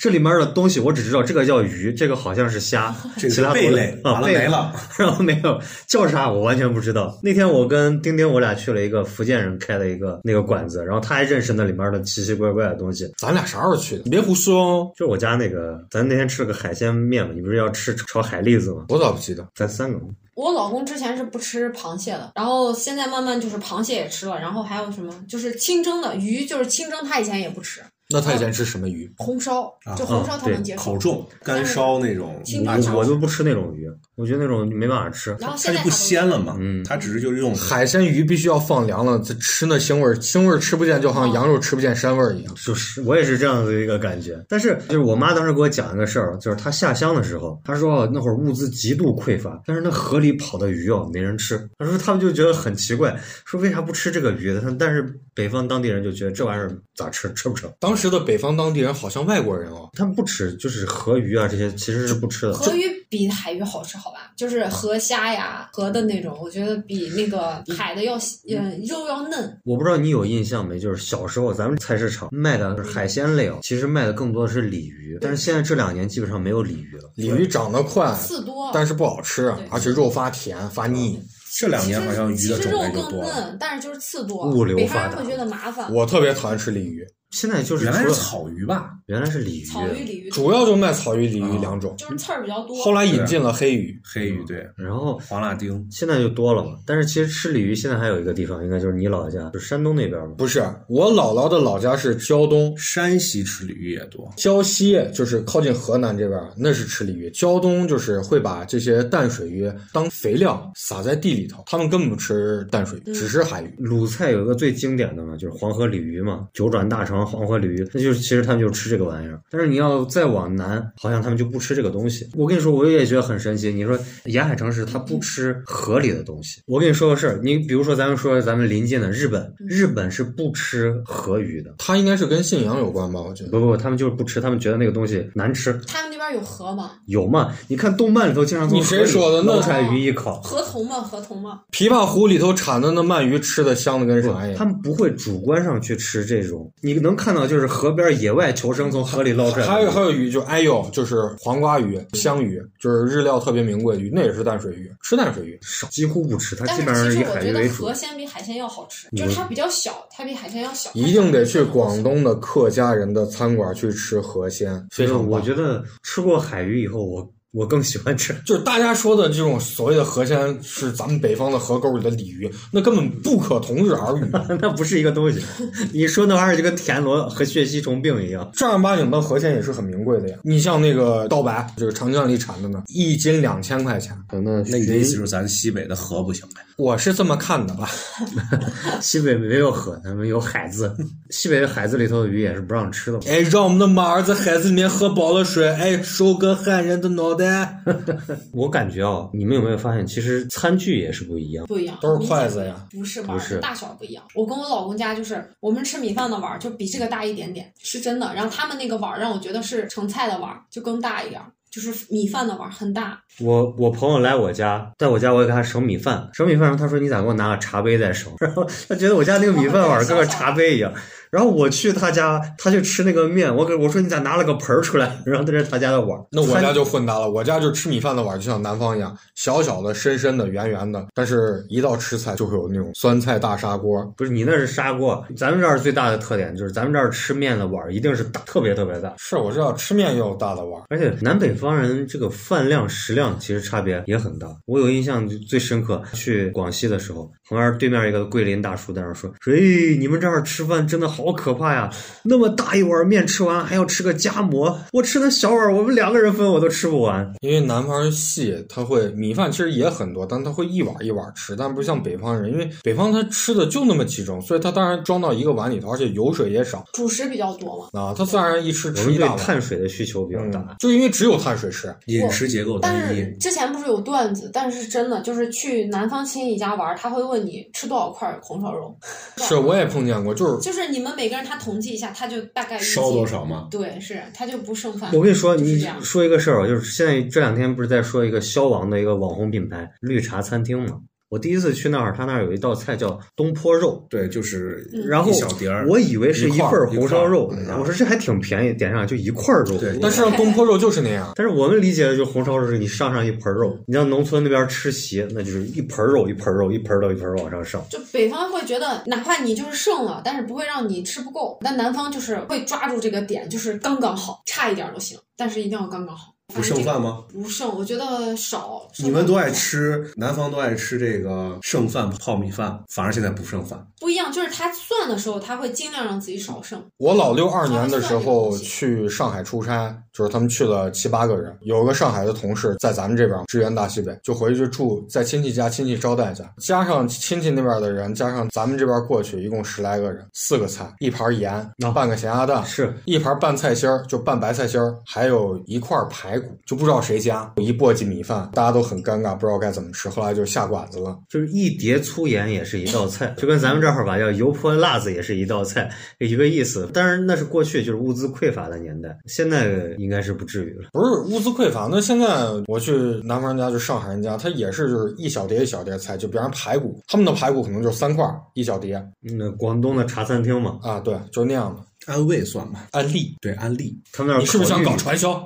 Speaker 1: 这里面的东西我只知道这个叫鱼，这个好像是虾，
Speaker 3: 这个
Speaker 1: 其
Speaker 3: 是
Speaker 1: 他
Speaker 3: 贝
Speaker 1: 不
Speaker 3: 类，
Speaker 1: 啊
Speaker 3: 完了
Speaker 1: 贝类
Speaker 3: 没了。
Speaker 1: 然后没有叫啥，我完全不知道。那天我跟丁丁，我俩去了一个福建人开的一个那个馆子，然后他还认识那里面的奇奇怪怪的东西。
Speaker 2: 咱俩啥时候去的？你别胡说哦，
Speaker 1: 就是我家那个，咱那天吃了个海鲜面嘛，你不是要吃炒海蛎子吗？
Speaker 2: 我咋不记得？
Speaker 1: 咱三个嘛
Speaker 4: 我老公之前是不吃螃蟹的，然后现在慢慢就是螃蟹也吃了，然后还有什么就是清蒸的鱼，就是清蒸他以前也不吃，
Speaker 2: 那他以前吃什么鱼？
Speaker 4: 红烧
Speaker 3: 啊
Speaker 4: 就红烧他能接受
Speaker 3: 口，重，干烧那种，
Speaker 4: 清
Speaker 1: 我
Speaker 4: 淡
Speaker 1: 就我就不吃那种鱼，我觉得那种没办法吃。
Speaker 4: 然后
Speaker 3: 它
Speaker 4: 哦现
Speaker 3: 就
Speaker 4: 在他
Speaker 3: 不
Speaker 4: 都
Speaker 3: 鲜了嘛
Speaker 1: 嗯，
Speaker 3: 它只是就是用
Speaker 2: 海鲜鱼必须要放凉了，这吃那腥味儿，腥味儿吃不见，就好像羊肉吃不见膻味儿一样。
Speaker 1: 就是我也是这样的一个感觉，但是就是我妈当时给我讲一个事儿，就是她下乡的时候，她说哦那会儿物资极度匮乏，但是那河里跑的鱼哦没人吃，她说他们就觉得很奇怪，说为啥不吃这个鱼？但但是北方当地人就觉得这玩意儿咋吃吃不成，
Speaker 2: 当时的北方当地人好像外国人哦，
Speaker 1: 他们不吃，就是河鱼啊这些其实是不吃的。
Speaker 4: 河鱼比海鱼好吃，好吧？就是河虾呀、河的那种，我觉得比那个海的要，嗯，肉要嫩。
Speaker 1: 我不知道你有印象没，就是小时候咱们菜市场卖的是海鲜类哦，其实卖的更多的是鲤鱼，但是现在这两年基本上没有鲤鱼了。
Speaker 2: 鲤鱼长得快，
Speaker 4: 刺多，
Speaker 2: 但是不好吃啊
Speaker 4: 对，
Speaker 2: 而且肉发甜发腻。
Speaker 3: 这两
Speaker 4: 其实
Speaker 3: 年好像鱼的
Speaker 4: 其实
Speaker 3: 种
Speaker 4: 肉
Speaker 3: 类就
Speaker 4: 更
Speaker 3: 多了。
Speaker 4: 嫩，但是就是刺多。
Speaker 1: 物流
Speaker 4: 北
Speaker 1: 发
Speaker 4: 方
Speaker 1: 达
Speaker 4: 人会觉得麻烦。
Speaker 2: 我特别讨厌吃鲤鱼，
Speaker 1: 现在就是
Speaker 3: 原来
Speaker 1: 除
Speaker 3: 是
Speaker 1: 了
Speaker 3: 草鱼吧？
Speaker 1: 原来是鲤鱼，
Speaker 4: 草鱼、鲤鱼
Speaker 2: 主要就卖草鱼、鲤鱼两种。
Speaker 4: 就是刺儿比较多。
Speaker 2: 后来引进了黑鱼，
Speaker 3: 黑
Speaker 5: 嗯
Speaker 3: 鱼对，
Speaker 1: 然后
Speaker 3: 黄辣丁。
Speaker 1: 现在就多了嘛。但是其实吃鲤鱼现在还有一个地方，应该就是你老家，就是山东那边嘛。
Speaker 2: 不是我姥姥的老家是胶东。
Speaker 3: 山西吃鲤鱼也多，
Speaker 2: 胶西就是靠近河南这边，那是吃鲤鱼；胶东就是会把这些淡水鱼当肥料撒在地里头，他们根本不吃淡水鱼，只吃海鱼。
Speaker 1: 鲁菜有一个最经典的嘛，就是黄河鲤鱼嘛，九转大肠、黄河鲤鱼，那就是其实他们就吃这个玩意儿。但是你要再往南，好像他们就不吃这个东西。我跟你说，我也觉得很神奇。你说沿海城市它不吃河里的东西，我跟你说个事儿，你比如说咱们说咱们邻近的日本，
Speaker 2: 嗯
Speaker 1: 日本是不吃河鱼的，
Speaker 2: 它应该是跟信仰有关吧？我觉得。
Speaker 1: 不不，他们就是不吃，他们觉得那个东西难吃。
Speaker 4: 他们那边有河吗？
Speaker 1: 有嘛？你看动漫里头经常从
Speaker 2: 你谁
Speaker 1: 河里
Speaker 2: 说的那
Speaker 1: 捞出来鱼一烤，
Speaker 4: 河童嘛，河童嘛，
Speaker 2: 琵琶湖里头产的那鳗鱼吃的香的跟啥一
Speaker 1: 他
Speaker 2: 样，
Speaker 1: 们不会主观上去吃这种，你能看到就是河边野外求生从河里捞出来的。
Speaker 2: 还有还有鱼就是哎呦，就是黄瓜鱼、香鱼，就是日料特别名贵的鱼，那也是淡水鱼，吃淡水鱼。
Speaker 1: 少几乎不吃，它
Speaker 4: 但
Speaker 1: 基
Speaker 4: 是
Speaker 1: 本上
Speaker 4: 其
Speaker 1: 以
Speaker 4: 实我
Speaker 1: 海
Speaker 4: 觉
Speaker 1: 鱼为
Speaker 4: 得
Speaker 1: 主
Speaker 4: 河。鲜比海鲜要好吃，就是它比较小，它比海鲜要小。
Speaker 2: 一定得去广东的客家人的餐馆去吃河鲜，非常棒。
Speaker 1: 我觉得吃过海鱼以后，我我更喜欢吃。
Speaker 2: 就是大家说的这种所谓的河鲜，是咱们北方的河沟里的鲤鱼，那根本不可同日而语。
Speaker 1: 那不是一个东西， 你说那玩意儿就跟田螺和血吸虫病一样。
Speaker 2: 正儿八经的河鲜也是很名贵的呀。你像那个刀白，就是长江里产的呢，一斤两千块钱，
Speaker 1: 那
Speaker 3: 那你的意思就是咱西北的河不行呗？
Speaker 2: 我是这么看的吧。
Speaker 1: 西北没有河，他们有海子。 西北海子里头的鱼也是不让吃的嘛。
Speaker 2: 哎，让我们的马儿在海子里面喝饱了水，哎，收割汉人的脑袋，
Speaker 3: 的，
Speaker 1: 我感觉啊，你们有没有发现，其实餐具也是不一样。
Speaker 4: 不一样，
Speaker 2: 都是筷子呀。
Speaker 4: 不是吧？
Speaker 1: 不是
Speaker 4: 大小不一样。我跟我老公家就是我们吃米饭的碗儿就比这个大一点点，是真的。然后他们那个碗儿让我觉得是盛菜的碗儿就更大一点儿，就是米饭的碗儿很大。
Speaker 1: 我我朋友来我家，在我家我也给他盛米饭，盛米饭的时候他说你咋给我拿个茶杯在手？ 然后他觉得我家那个米饭碗跟个茶杯一样。然后我去他家，他去吃那个面，我给我说你咋拿了个盆儿出来？ 然后这是他家的碗。
Speaker 2: 那我
Speaker 1: 餐
Speaker 2: 家就混搭了，我家就吃米饭的碗就像南方一样，小小的、深深的、圆圆的，但是一到吃菜就会有那种酸菜大砂锅。
Speaker 1: 不是你那是砂锅，咱们这儿最大的特点就是咱们这儿吃面的碗一定是大，特别特别大。
Speaker 2: 是，我知道吃面也有大的碗，
Speaker 1: 而且南北方人这个饭量食量其实差别也很大。我有印象就最深刻，去广西的时候，旁边对面一个桂林大叔在那儿说：“说哎，你们这儿吃饭真的好可怕呀！那么大一碗面吃完还要吃个夹馍，我吃那小碗，我们两个人分我都吃不完。
Speaker 2: 因为南方人细，他会米饭其实也很多，但他会一碗一碗吃，但不像北方人，因为北方他吃的就那么几种，所以他当然装到一个碗里头，而且油水也少
Speaker 4: 主食比较多嘛，
Speaker 2: 啊，他自然而然一吃
Speaker 1: 我
Speaker 2: 吃
Speaker 1: 们
Speaker 2: 一
Speaker 1: 对
Speaker 2: 大碗。
Speaker 1: 碳水的需求比较大。
Speaker 2: 嗯，就因为只有碳水吃，
Speaker 3: 饮食结构
Speaker 4: 但
Speaker 3: 单
Speaker 4: 是
Speaker 3: 一。
Speaker 4: 之前不是有段子，但是真的就是去南方亲戚家玩儿，他会问你吃多少块儿红烧肉，
Speaker 2: 是我也碰见过，就是
Speaker 4: 就是你们每个人他统计一下，他就大概预计
Speaker 3: 烧多。少吗？
Speaker 4: 对，是他就不剩饭。
Speaker 1: 我跟你说，
Speaker 4: 就是
Speaker 1: 你
Speaker 4: 这样
Speaker 1: 说一个事儿，啊就是现在这两天不是在说一个消亡的一个网红品牌绿茶餐厅吗？我第一次去那儿，他那儿有一道菜叫东坡肉，
Speaker 3: 对，就是
Speaker 4: 嗯
Speaker 1: 然后
Speaker 3: 一小碟儿。
Speaker 1: 我以为是
Speaker 3: 一
Speaker 1: 一
Speaker 3: 块
Speaker 1: 份
Speaker 3: 儿
Speaker 1: 儿红烧肉
Speaker 3: 一块儿，嗯
Speaker 1: 我说这还挺便宜，点上就一块儿肉。
Speaker 3: 对
Speaker 2: 但是东坡肉就是那样，
Speaker 1: 但是我们理解的就是红烧肉是你上上一盆肉，你像农村那边吃席，那就是一盆肉一盆肉一盆肉一盆肉往上上。
Speaker 4: 就北方会觉得，哪怕你就是剩了，但是不会让你吃不够；但南方就是会抓住这个点，就是刚刚好，差一点儿都行，但是一定要刚刚好。
Speaker 3: 不剩饭吗？
Speaker 4: 不剩，我觉得少。
Speaker 3: 你们都爱
Speaker 4: 吃。
Speaker 3: 吃，南方都爱吃这个剩饭泡米饭，反而现在不剩饭。
Speaker 4: 不一样，就是他算的时候，他会尽量让自己少剩。
Speaker 2: 我老六二年的时候去上海出差，就是他们去了七八个人，有个上海的同事在咱们这边支援大西北，就回去住在亲戚家，亲戚招待一下，加上亲戚那边的人，加上咱们这边过去，一共十来个人，四个菜，一盘盐，半个咸鸭蛋，
Speaker 1: 是
Speaker 2: 一盘拌菜心儿，就拌白菜心儿，还有一块排骨，就不知道谁家一簸箕米饭，大家都很尴尬，不知道该怎么吃，后来就下馆子了。
Speaker 1: 就是一碟粗盐也是一道菜，就跟咱们这儿吧叫油泼辣子也是一道菜，一个意思。当然那是过去就是物资匮乏的年代，现在应该是不至于了。
Speaker 2: 不是物资匮乏，那现在我去南方人家，就上海人家，他也是就是一小碟一小碟菜，就比方排骨，他们的排骨可能就三块儿一小碟
Speaker 1: 那广东的茶餐厅嘛，
Speaker 2: 啊，对，就是那样的。
Speaker 3: 安慰算吗？
Speaker 2: 案例，
Speaker 3: 对，安利。
Speaker 1: 他们那儿
Speaker 2: 你是不是
Speaker 1: 烤
Speaker 2: 想
Speaker 1: 玉米
Speaker 2: 搞传销？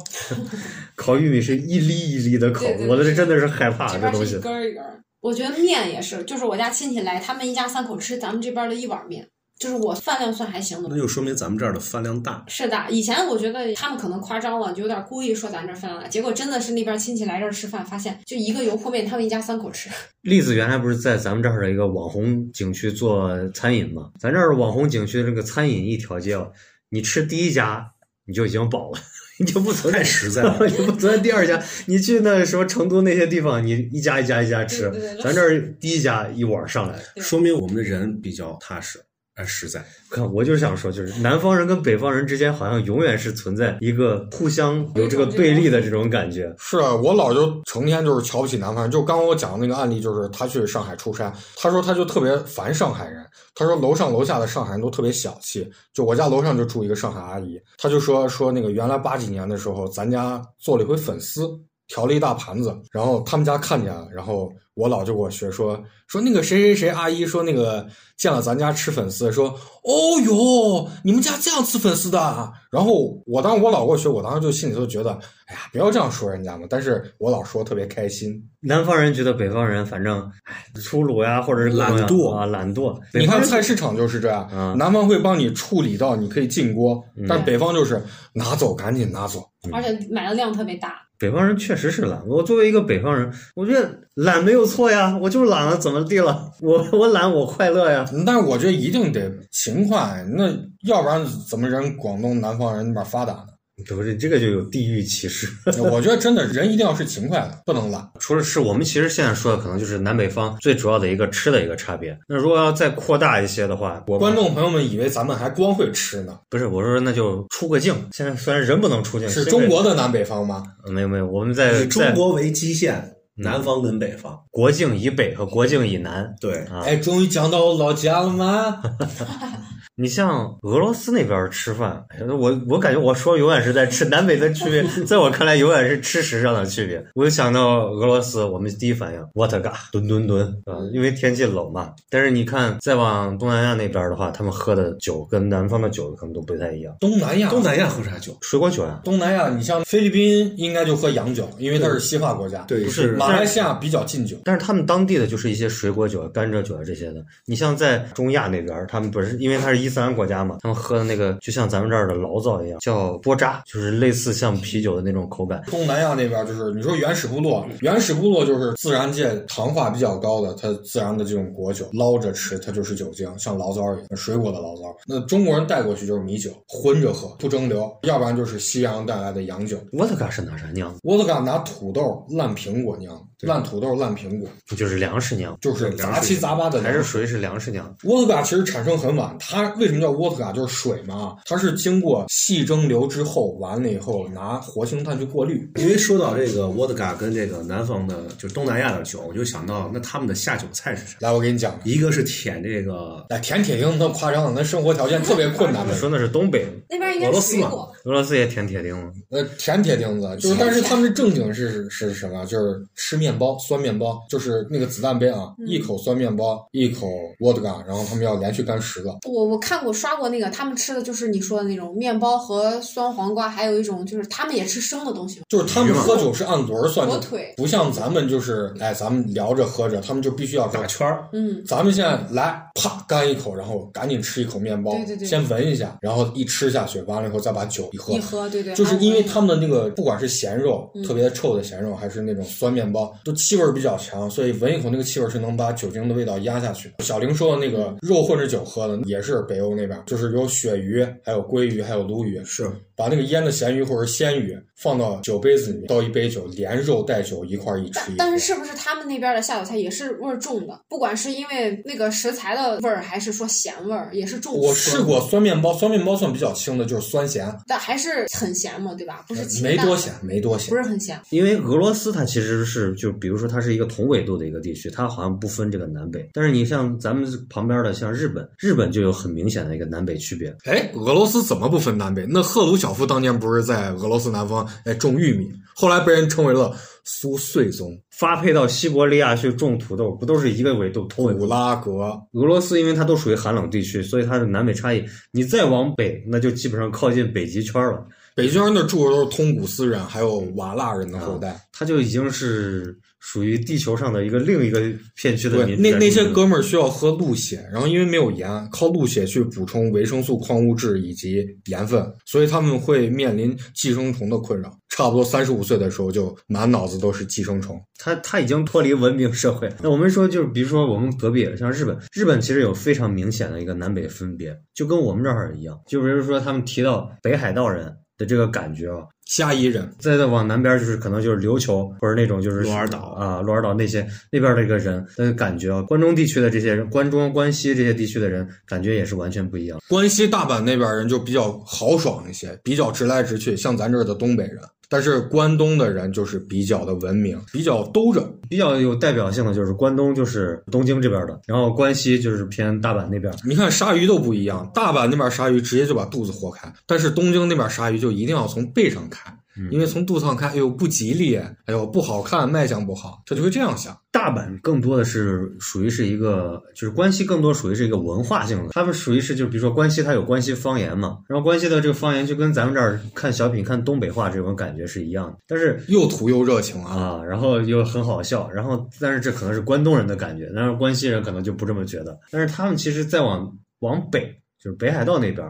Speaker 1: 烤玉米是一粒一粒的烤
Speaker 4: 对对，对
Speaker 1: 我的这真的是害
Speaker 3: 啊
Speaker 1: 怕
Speaker 4: 这
Speaker 1: 这
Speaker 4: 边
Speaker 1: 东
Speaker 4: 是
Speaker 1: 西
Speaker 4: 一。根儿一根儿。我觉得面也是，就是我家亲戚来，他们一家三口吃咱们这边的一碗面，就是我饭量算还行
Speaker 3: 那
Speaker 4: 的。
Speaker 3: 就说明咱们这儿的饭量大。
Speaker 4: 是的，以前我觉得他们可能夸张了，就有点故意说咱这儿饭了，结果真的是那边亲戚来这儿吃饭，发现就一个油泼面，他们一家三口吃。
Speaker 1: 栗子原来不是在咱们这儿的一个网红景区做餐饮嘛？咱这儿网红景区的这个餐饮一条街哦，你吃第一家你就已经饱了，你就不存在，
Speaker 3: 太实在了
Speaker 1: 你不存在第二家。你去那什么成都那些地方，你一家一家一家吃
Speaker 4: 对对，对
Speaker 1: 咱这儿第一家一碗上来。
Speaker 4: 对
Speaker 3: 说明我们的人比较踏实，哎，实在。
Speaker 1: 看，我就是想说，就是南方人跟北方人之间好像永远是存在一个互相有这个对立的这种感觉。
Speaker 2: 是啊，我姥就成天就是瞧不起南方人，就刚我讲的那个案例，就是他去上海出差，他说他就特别烦上海人，他说楼上楼下的上海人都特别小气，就我家楼上就住一个上海阿姨，他就说说那个原来八几年的时候，咱家做了一回粉丝。调了一大盘子，然后他们家看见了，然后我姥就给我学说说那个谁谁谁阿姨说那个见了咱家吃粉丝，说哦哟，你们家这样吃粉丝的啊？然后我当时我姥给我学，我当时就心里头觉得，哎呀，不要这样说人家嘛。但是我姥说特别开心，
Speaker 1: 南方人觉得北方人反正哎粗鲁呀，或者是各种
Speaker 3: 懒惰
Speaker 1: 啊，懒惰。北
Speaker 2: 你
Speaker 1: 方
Speaker 2: 看
Speaker 1: 人
Speaker 2: 菜市场就是这样，
Speaker 1: 嗯
Speaker 2: 南方会帮你处理到你可以进锅，但北方就是拿走赶紧拿走。
Speaker 4: 而且买的量特别大，
Speaker 1: 北方人确实是懒。我作为一个北方人，我觉得懒没有错呀，我就是懒了，怎么地了？我我懒，我快乐呀。
Speaker 2: 但是我 觉得一定得勤快，那要不然怎么人广东南方人那边发达呢？
Speaker 1: 不是这个就有地域歧视。
Speaker 2: 我觉得真的人一定要是勤快的，不能懒。
Speaker 1: 除了吃，我们其实现在说的可能就是南北方最主要的一个吃的一个差别。那如果要再扩大一些的话，我
Speaker 2: 观众朋友们以为咱们还光会吃呢，
Speaker 1: 不是我说那就出个境。现在虽然人不能出境，现
Speaker 2: 是
Speaker 1: 在
Speaker 2: 中国的南北方吗？
Speaker 1: 没有没有，我们在
Speaker 5: 以中
Speaker 1: 呃在嗯
Speaker 5: 国为基线，南方跟北方，
Speaker 1: 国境以北和国境以南。
Speaker 5: 对，
Speaker 1: 啊
Speaker 2: 哎，终于讲到我老家了吗？
Speaker 1: 你像俄罗斯那边吃饭，哎我我感觉我说永远是在吃南北的区别，在我看来永远是吃食上的区别。我就想到俄罗斯，我们第一反应 what a god，吨吨吨啊，因为天气冷嘛。但是你看再往东南亚那边的话，他们喝的酒跟南方的酒可能都不太一样，
Speaker 2: 东南亚，
Speaker 3: 东南亚喝啥酒？
Speaker 1: 水果酒啊，
Speaker 2: 东南亚，你像菲律宾应该就喝洋酒，因为它是西化国家。
Speaker 3: 对，
Speaker 1: 不是
Speaker 2: 马来西亚比较禁酒，
Speaker 1: 但是他们当地的就是一些水果酒啊、甘蔗酒啊这些的。你像在中亚那边儿，他们不是因为它是伊斯兰国家嘛，他们喝的那个就像咱们这儿的醪糟一样，叫波扎，就是类似像啤酒的那种口感。
Speaker 2: 东南亚那边就是你说原始部落，原始部落就是自然界糖化比较高的，它自然的这种果酒捞着吃，它就是酒精，像醪糟一样，水果的醪糟。那中国人带过去就是米酒，混着喝，不蒸馏，要不然就是西洋带来的洋酒。
Speaker 1: 沃特嘎是拿啥酿的？
Speaker 2: 沃德嘎拿土豆、烂苹果酿，烂土豆、烂苹果，
Speaker 1: 就是粮食酿，
Speaker 2: 就是杂七杂八的
Speaker 1: 还
Speaker 2: 粮
Speaker 1: 是
Speaker 2: 食。
Speaker 1: 属于是粮食酿？
Speaker 2: 沃特嘎其实产生很晚，它为什么叫沃特嘎？就是水嘛，它是经过细蒸馏之后，完了以后拿活性炭去过滤。
Speaker 3: 因为说到这个沃德嘎跟这个南方的，就是东南亚的酒，我就想到那他们的下酒菜是啥？
Speaker 2: 来，我给你讲，
Speaker 3: 一个是舔这个，
Speaker 2: 哎，甜铁钉那夸张了，那生活条件特别困难
Speaker 1: 你
Speaker 2: 的。
Speaker 1: 说那是东北，
Speaker 4: 那边应
Speaker 3: 俄
Speaker 4: 该
Speaker 3: 罗斯
Speaker 4: 水
Speaker 3: 嘛
Speaker 4: 果，
Speaker 1: 俄罗斯也舔铁钉吗？
Speaker 2: 那呃甜铁钉子就是，但是他们正经是是什么？就是吃面包，酸面包，就是那个子弹杯啊，一口酸面包，一口沃德嘎，然后他们要连续干十个。
Speaker 4: 我我看过刷过那个，他们吃的就是你说的那种面包和酸黄瓜，还有一种就是他们也吃生的东西，
Speaker 2: 就是他们喝酒是按轮儿算
Speaker 4: 火
Speaker 2: 的，
Speaker 4: 腿，
Speaker 2: 不像咱们就是哎，咱们聊着喝着，他们就必须要哎打圈儿。
Speaker 4: 嗯，
Speaker 2: 咱们现在来，啪干一口，然后赶紧吃一口面包，
Speaker 4: 对对对
Speaker 2: 先闻一下，然后一吃下去，完了以后再把酒一喝。
Speaker 4: 一喝对对，
Speaker 2: 就是
Speaker 4: 还有
Speaker 2: 因为
Speaker 4: 那
Speaker 2: 他们的那个，不管是咸肉，
Speaker 4: 嗯
Speaker 2: 特别臭的咸肉，还是那种酸面包，都气味儿比较强，所以闻一口那个气味儿是能把酒精的味道压下去的。小玲说的那个肉混着酒喝的，也是北欧那边，就是有鳕鱼，还有鲑鱼，还有鲈鱼，
Speaker 3: 是
Speaker 2: 把那个腌的咸鱼或者鲜鱼放到酒杯子里面，倒一杯酒，连肉带酒一块儿一吃一
Speaker 4: 但
Speaker 2: 喝。
Speaker 4: 但是是不是他们那边的下酒菜也是味儿重的？不管是因为那个食材的味儿，还是说咸味儿，也是重。
Speaker 2: 我试，过酸面包，酸面包算比较轻的，就是酸咸，
Speaker 4: 但还是很咸嘛，对吧？不是清
Speaker 2: 呃没
Speaker 4: 淡
Speaker 2: 多
Speaker 4: 的
Speaker 2: 咸，没多
Speaker 4: 不
Speaker 2: 咸。
Speaker 4: 是很咸。
Speaker 1: 因为俄罗斯它其实是就比如说它是一个同纬度的一个地区，它好像不分这个南北。但是你像咱们旁边的像日本，日本就有很明显的一个南北区别。
Speaker 2: 哎，俄罗斯怎么不分南北？那赫鲁晓夫当年不是在俄罗斯南方哎种玉米，后来被人称为了苏穗宗、
Speaker 1: 发配到西伯利亚去种土豆，不都是一个纬度同纬
Speaker 2: 古
Speaker 1: 度？
Speaker 2: 拉格。
Speaker 1: 俄罗斯因为它都属于寒冷地区，所以它的南北差异。你再往北，那就基本上靠近北极圈了，
Speaker 2: 北京人那住的都是通古斯人，还有瓦剌人的后代。
Speaker 1: 它就已经是属于地球上的一个另一个片区的
Speaker 2: 对，
Speaker 1: 民。
Speaker 2: 那
Speaker 1: 原住
Speaker 2: 那
Speaker 1: 民
Speaker 2: 些
Speaker 1: 了
Speaker 2: 哥们儿需要喝鹿血，然后因为没有盐，靠鹿血去补充维生素、矿物质以及盐分，所以他们会面临寄生虫的困扰。差不多三十五岁的时候，就满脑子都是寄生虫。
Speaker 1: 它它已经脱离文明社会。那我们说，就是比如说我们隔壁像日本，日本其实有非常明显的一个南北分别，就跟我们这儿一样。就比如说他们提到北海道人的这个感觉啊，
Speaker 2: 虾夷人，
Speaker 1: 再再往南边就是可能就是琉球或者那种就是
Speaker 3: 鹿儿岛
Speaker 1: 啊，鹿儿岛那些那边的一个人的感觉啊，关中地区的这些人，关中、关西这些地区的人感觉也是完全不一样。
Speaker 2: 关西、大阪那边人就比较豪爽一些，比较直来直去，像咱这儿的东北人。但是关东的人就是比较的文明，比较兜着。
Speaker 1: 比较有代表性的就是关东就是东京这边的，然后关西就是偏大阪那边。
Speaker 2: 你看鲨鱼都不一样，大阪那边鲨鱼直接就把肚子豁开，但是东京那边鲨鱼就一定要从背上开，因为从肚子上开，哎呦不吉利，哎呦不好看，卖相不好，他就会这样想。
Speaker 1: 大阪更多的是属于是一个，就是关西更多属于是一个文化性的，他们属于是就比如说关西它有关西方言嘛，然后关西的这个方言就跟咱们这儿看小品看东北话这种感觉是一样的，但是
Speaker 2: 又土又热情啊！
Speaker 1: 啊，然后又很好笑，然后但是这可能是关东人的感觉，但是关西人可能就不这么觉得。但是他们其实再往往北，就是北海道那边，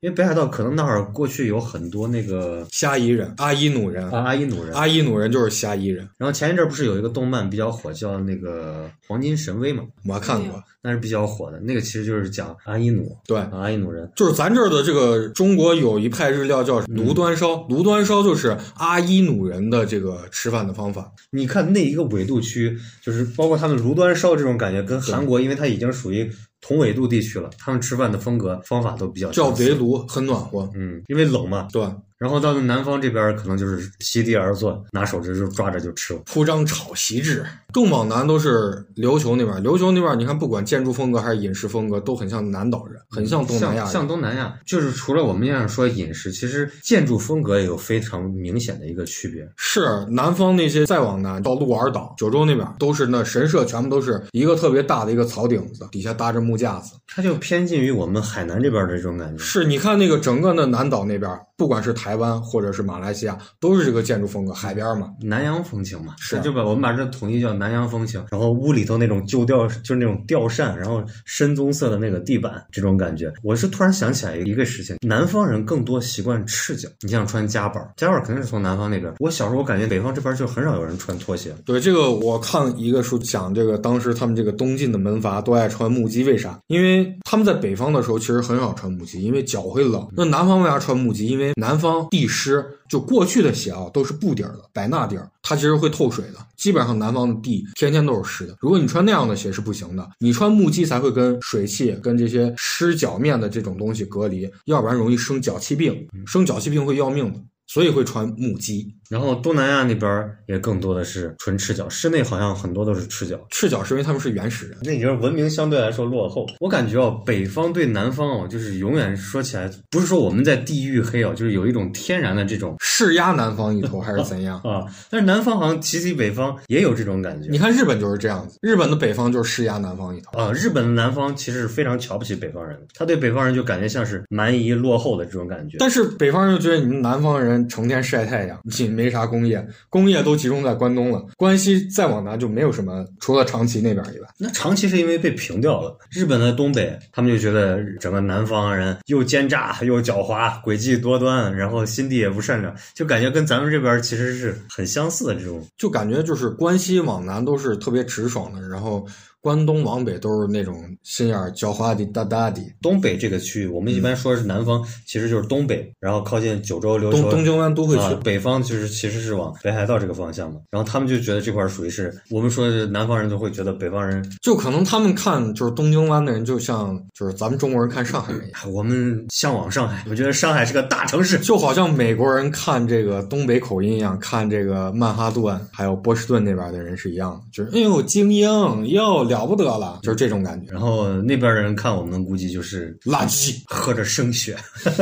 Speaker 1: 因为北海道可能那会儿过去有很多那个
Speaker 2: 虾夷人、阿伊努人、
Speaker 1: 啊阿伊努人，
Speaker 2: 阿伊努人就是虾夷人，
Speaker 1: 然后前一阵儿不是有一个动漫比较火，叫那个《黄金神威》嘛，
Speaker 2: 我看
Speaker 4: 没
Speaker 2: 过
Speaker 4: 有。
Speaker 1: 那是比较火的，那个其实就是讲阿伊努
Speaker 2: 对，
Speaker 1: 啊阿伊努人，
Speaker 2: 就是咱这儿的这个中国有一派日料叫炉端烧，
Speaker 1: 嗯
Speaker 2: 炉端烧就是阿伊努人的这个吃饭的方法。
Speaker 1: 你看那一个纬度区，就是包括他们炉端烧这种感觉，跟韩国，因为它已经属于同纬度地区了，他们吃饭的风格方法都比较
Speaker 2: 叫
Speaker 1: 相似
Speaker 2: 围炉，很暖和。
Speaker 1: 嗯，因为冷嘛，
Speaker 2: 对，
Speaker 1: 然后到了南方这边儿可能就是席地而坐，拿手指就抓着就吃了。
Speaker 2: 铺张炒席制，更往南都是琉球那边儿。琉球那边儿你看，不管建筑风格还是饮食风格，都很像南岛人，很像东南
Speaker 1: 嗯像
Speaker 2: 亚人。
Speaker 1: 像东南亚，就是除了我们要说饮食，其实建筑风格也有非常明显的一个区别。
Speaker 2: 是南方那些再往南到鹿儿岛、九州那边儿，都是那神社全部都是一个特别大的一个草顶子，底下搭着木架子。
Speaker 1: 它就偏近于我们海南这边的这种感觉。
Speaker 2: 是你看那个整个的南岛那边儿，不管是台湾或者是马来西亚，都是这个建筑风格，海边儿嘛。
Speaker 1: 南洋风情嘛，
Speaker 2: 是
Speaker 1: 那就把我们把这统一叫南洋风情。然后屋里头那种旧吊，就是那种吊扇，然后深棕色的那个地板，这种感觉。我是突然想起来一个事情，南方人更多习惯赤脚，你像穿夹板儿，夹板儿肯定是从南方那边。我小时候我感觉北方这边就很少有人穿拖鞋，
Speaker 2: 对这个，我看一个书讲这个，当时他们这个东晋的门阀都爱穿木屐，为啥？因为他们在北方的时候其实很少穿木屐，因为脚会冷。那南方为啥穿木屐？因为南方地湿，就过去的鞋啊都是布底儿的，百纳底儿，它其实会透水的。基本上南方的地天天都是湿的，如果你穿那样的鞋是不行的，你穿木屐才会跟水汽、跟这些湿脚面的这种东西隔离，要不然容易生脚气病，生脚气病会要命的，所以会穿木屐。
Speaker 1: 然后东南亚那边也更多的是纯赤脚，室内好像很多都是赤脚。
Speaker 2: 赤脚是因为他们是原始人。
Speaker 1: 那你说文明相对来说落后，我感觉哦，北方对南方哦，就是永远说起来，不是说我们在地域黑哦，就是有一种天然的这种
Speaker 2: 势压南方一头还是怎样？
Speaker 1: 啊，但是南方好像提起北方也有这种感觉
Speaker 2: 你看日本就是这样子，日本的北方就是势压南方一头。
Speaker 1: 啊。日本的南方其实是非常瞧不起北方人的，他对北方人就感觉像是蛮夷落后的这种感觉。
Speaker 2: 但是北方人就觉得你们南方人成天晒太阳，你没啥工业，工业都集中在关东了。关西再往南就没有什么，除了长崎那边以外，
Speaker 1: 那长期是因为被平掉了。日本的东北，他们就觉得整个南方人又奸诈又狡猾，诡计多端，然后心地也不善良，就感觉跟咱们这边其实是很相似的这种。
Speaker 2: 就感觉就是关西往南都是特别直爽的，然后关东往北都是那种心眼儿狡猾的哒哒的。
Speaker 1: 东北这个区域，我们一
Speaker 2: 嗯
Speaker 1: 般说是南方，其实就是东北，然后靠近九州、琉
Speaker 2: 东
Speaker 1: 球。
Speaker 2: 东京湾都会区、
Speaker 1: 啊，北方就是其实是往北海道这个方向嘛，然后他们就觉得这块儿属于是我们说是南方人就会觉得北方人，
Speaker 2: 就可能他们看就是东京湾的人，就像就是咱们中国人看上海人一样。
Speaker 1: 哎我们向往上海，我觉得上海是个大城市，
Speaker 2: 就好像美国人看这个东北口音一样，看这个曼哈顿还有波士顿那边的人是一样的，就是哎呦精英哟了不得了，就是这种感觉。
Speaker 1: 然后那边的人看我们估计就是
Speaker 2: 垃圾，
Speaker 1: 喝着生血，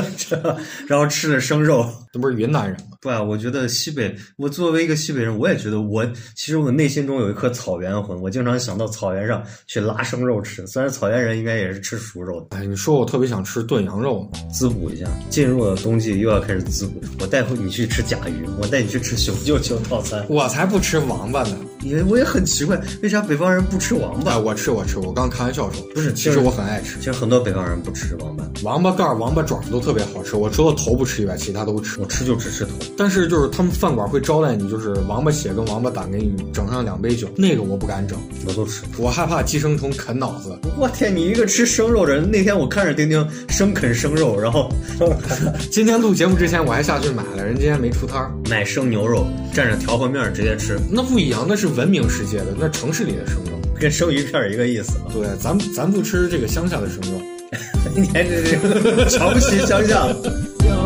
Speaker 1: 然后吃着生肉。
Speaker 2: 这不是云南人吗？
Speaker 1: 对啊，我觉得西北，我作为一个西北人，我也觉得我其实我内心中有一颗草原魂，我经常想到草原上去拉生肉吃。虽然草原人应该也是吃熟肉的，
Speaker 2: 哎，你说我特别想吃炖羊肉，
Speaker 1: 滋补一下。进入了冬季，又要开始滋补。我带回你去吃甲鱼，我带你去吃雄赳赳套餐。
Speaker 2: 我才不吃王八呢！
Speaker 1: 也我也很奇怪，为啥北方人不吃王
Speaker 2: 哎，
Speaker 1: 八？
Speaker 2: 我吃我吃，我刚开玩笑说，
Speaker 1: 不是
Speaker 2: 其实我很爱吃
Speaker 1: 其实很多北方人不吃王八，
Speaker 2: 王八盖儿、王八爪儿都特别好吃，我除了头不吃以外，其他都吃
Speaker 1: 我。吃就只吃头。
Speaker 2: 但是就是他们饭馆会招待你，就是王八血跟王八胆给你整上两杯酒，那个我不敢整，
Speaker 1: 我都吃。
Speaker 2: 我害怕寄生虫啃脑子。
Speaker 1: 我天，你一个吃生肉的人，那天我看着丁丁生啃生肉，然后
Speaker 2: 今天录节目之前，我还下去买了，人今天没出摊儿，
Speaker 1: 买生牛肉蘸着调和面儿直接吃，
Speaker 2: 那不一样，那是文明世界的，那城市里的生肉。
Speaker 1: 跟生鱼片儿一个意思啊！
Speaker 2: 对，咱咱不吃这个乡下的生肉。
Speaker 1: 你还这 这瞧不起乡下了。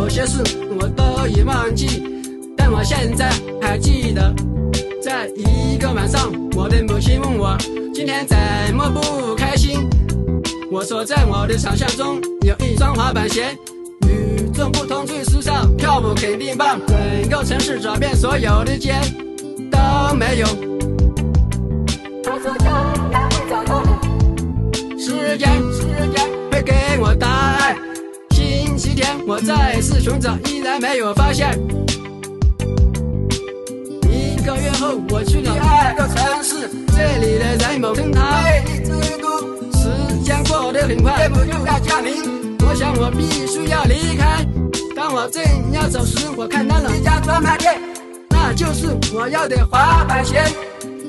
Speaker 6: 有些事我都已忘记，但我现在还记得。在一个晚上，我的母亲问我今天怎么不开心。我说在我的想象中有一双滑板鞋，与众不同最时尚，跳舞肯定棒。整个城市找遍所有的街都没有。
Speaker 7: 他说找，他会找到的。
Speaker 6: 时间，时间会给我答案。星期天我再次寻找，依然没有发现。一个月后我去了第二个城市，这里的人们称它魅力之都。时间过得很快，对不住大家明，我我想我必须要离开。当我正要走时，我看到了一家专卖店，那就是我要的滑板鞋。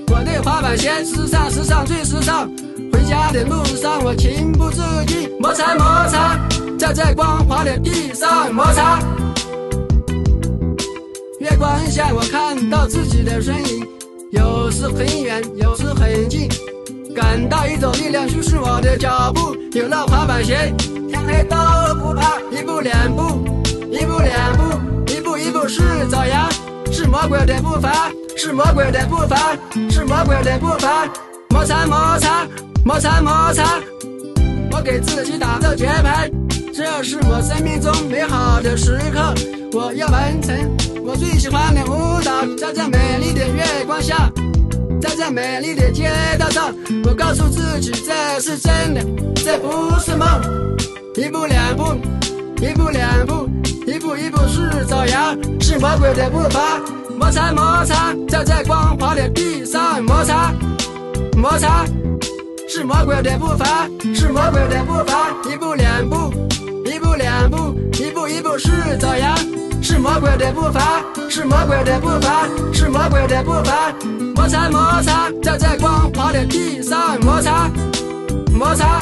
Speaker 6: 我的滑板鞋时尚，时尚最时尚。回家的路上，我情不自禁摩擦摩擦，站在光滑的地上摩擦。月光下，我看到自己的身影，有时很远，有时很近。感到一种力量驱使我的脚步，有了滑板鞋，天黑都不怕，一步两步，一步两步，一步一步是爪牙，是魔鬼的步伐，是魔鬼的步伐，是魔鬼的步伐，摩擦摩擦摩擦摩擦，我给自己打个节拍，这是我生命中美好的时刻，我要完成我最喜欢的舞蹈，在这美丽的月光下。站在美丽的街道上，我告诉自己这是真的，这不是梦。一步两步，一步两步，一步一步是爪牙，是魔鬼的步伐。摩擦摩擦，站在光滑的地上摩擦摩擦，是魔鬼的步伐，是魔鬼的步伐。一步两步，一步两步，一步一步是爪牙，是魔鬼的步伐，是魔鬼的步伐，是魔鬼的步伐。摩擦摩擦，站在光滑的地上摩擦摩擦。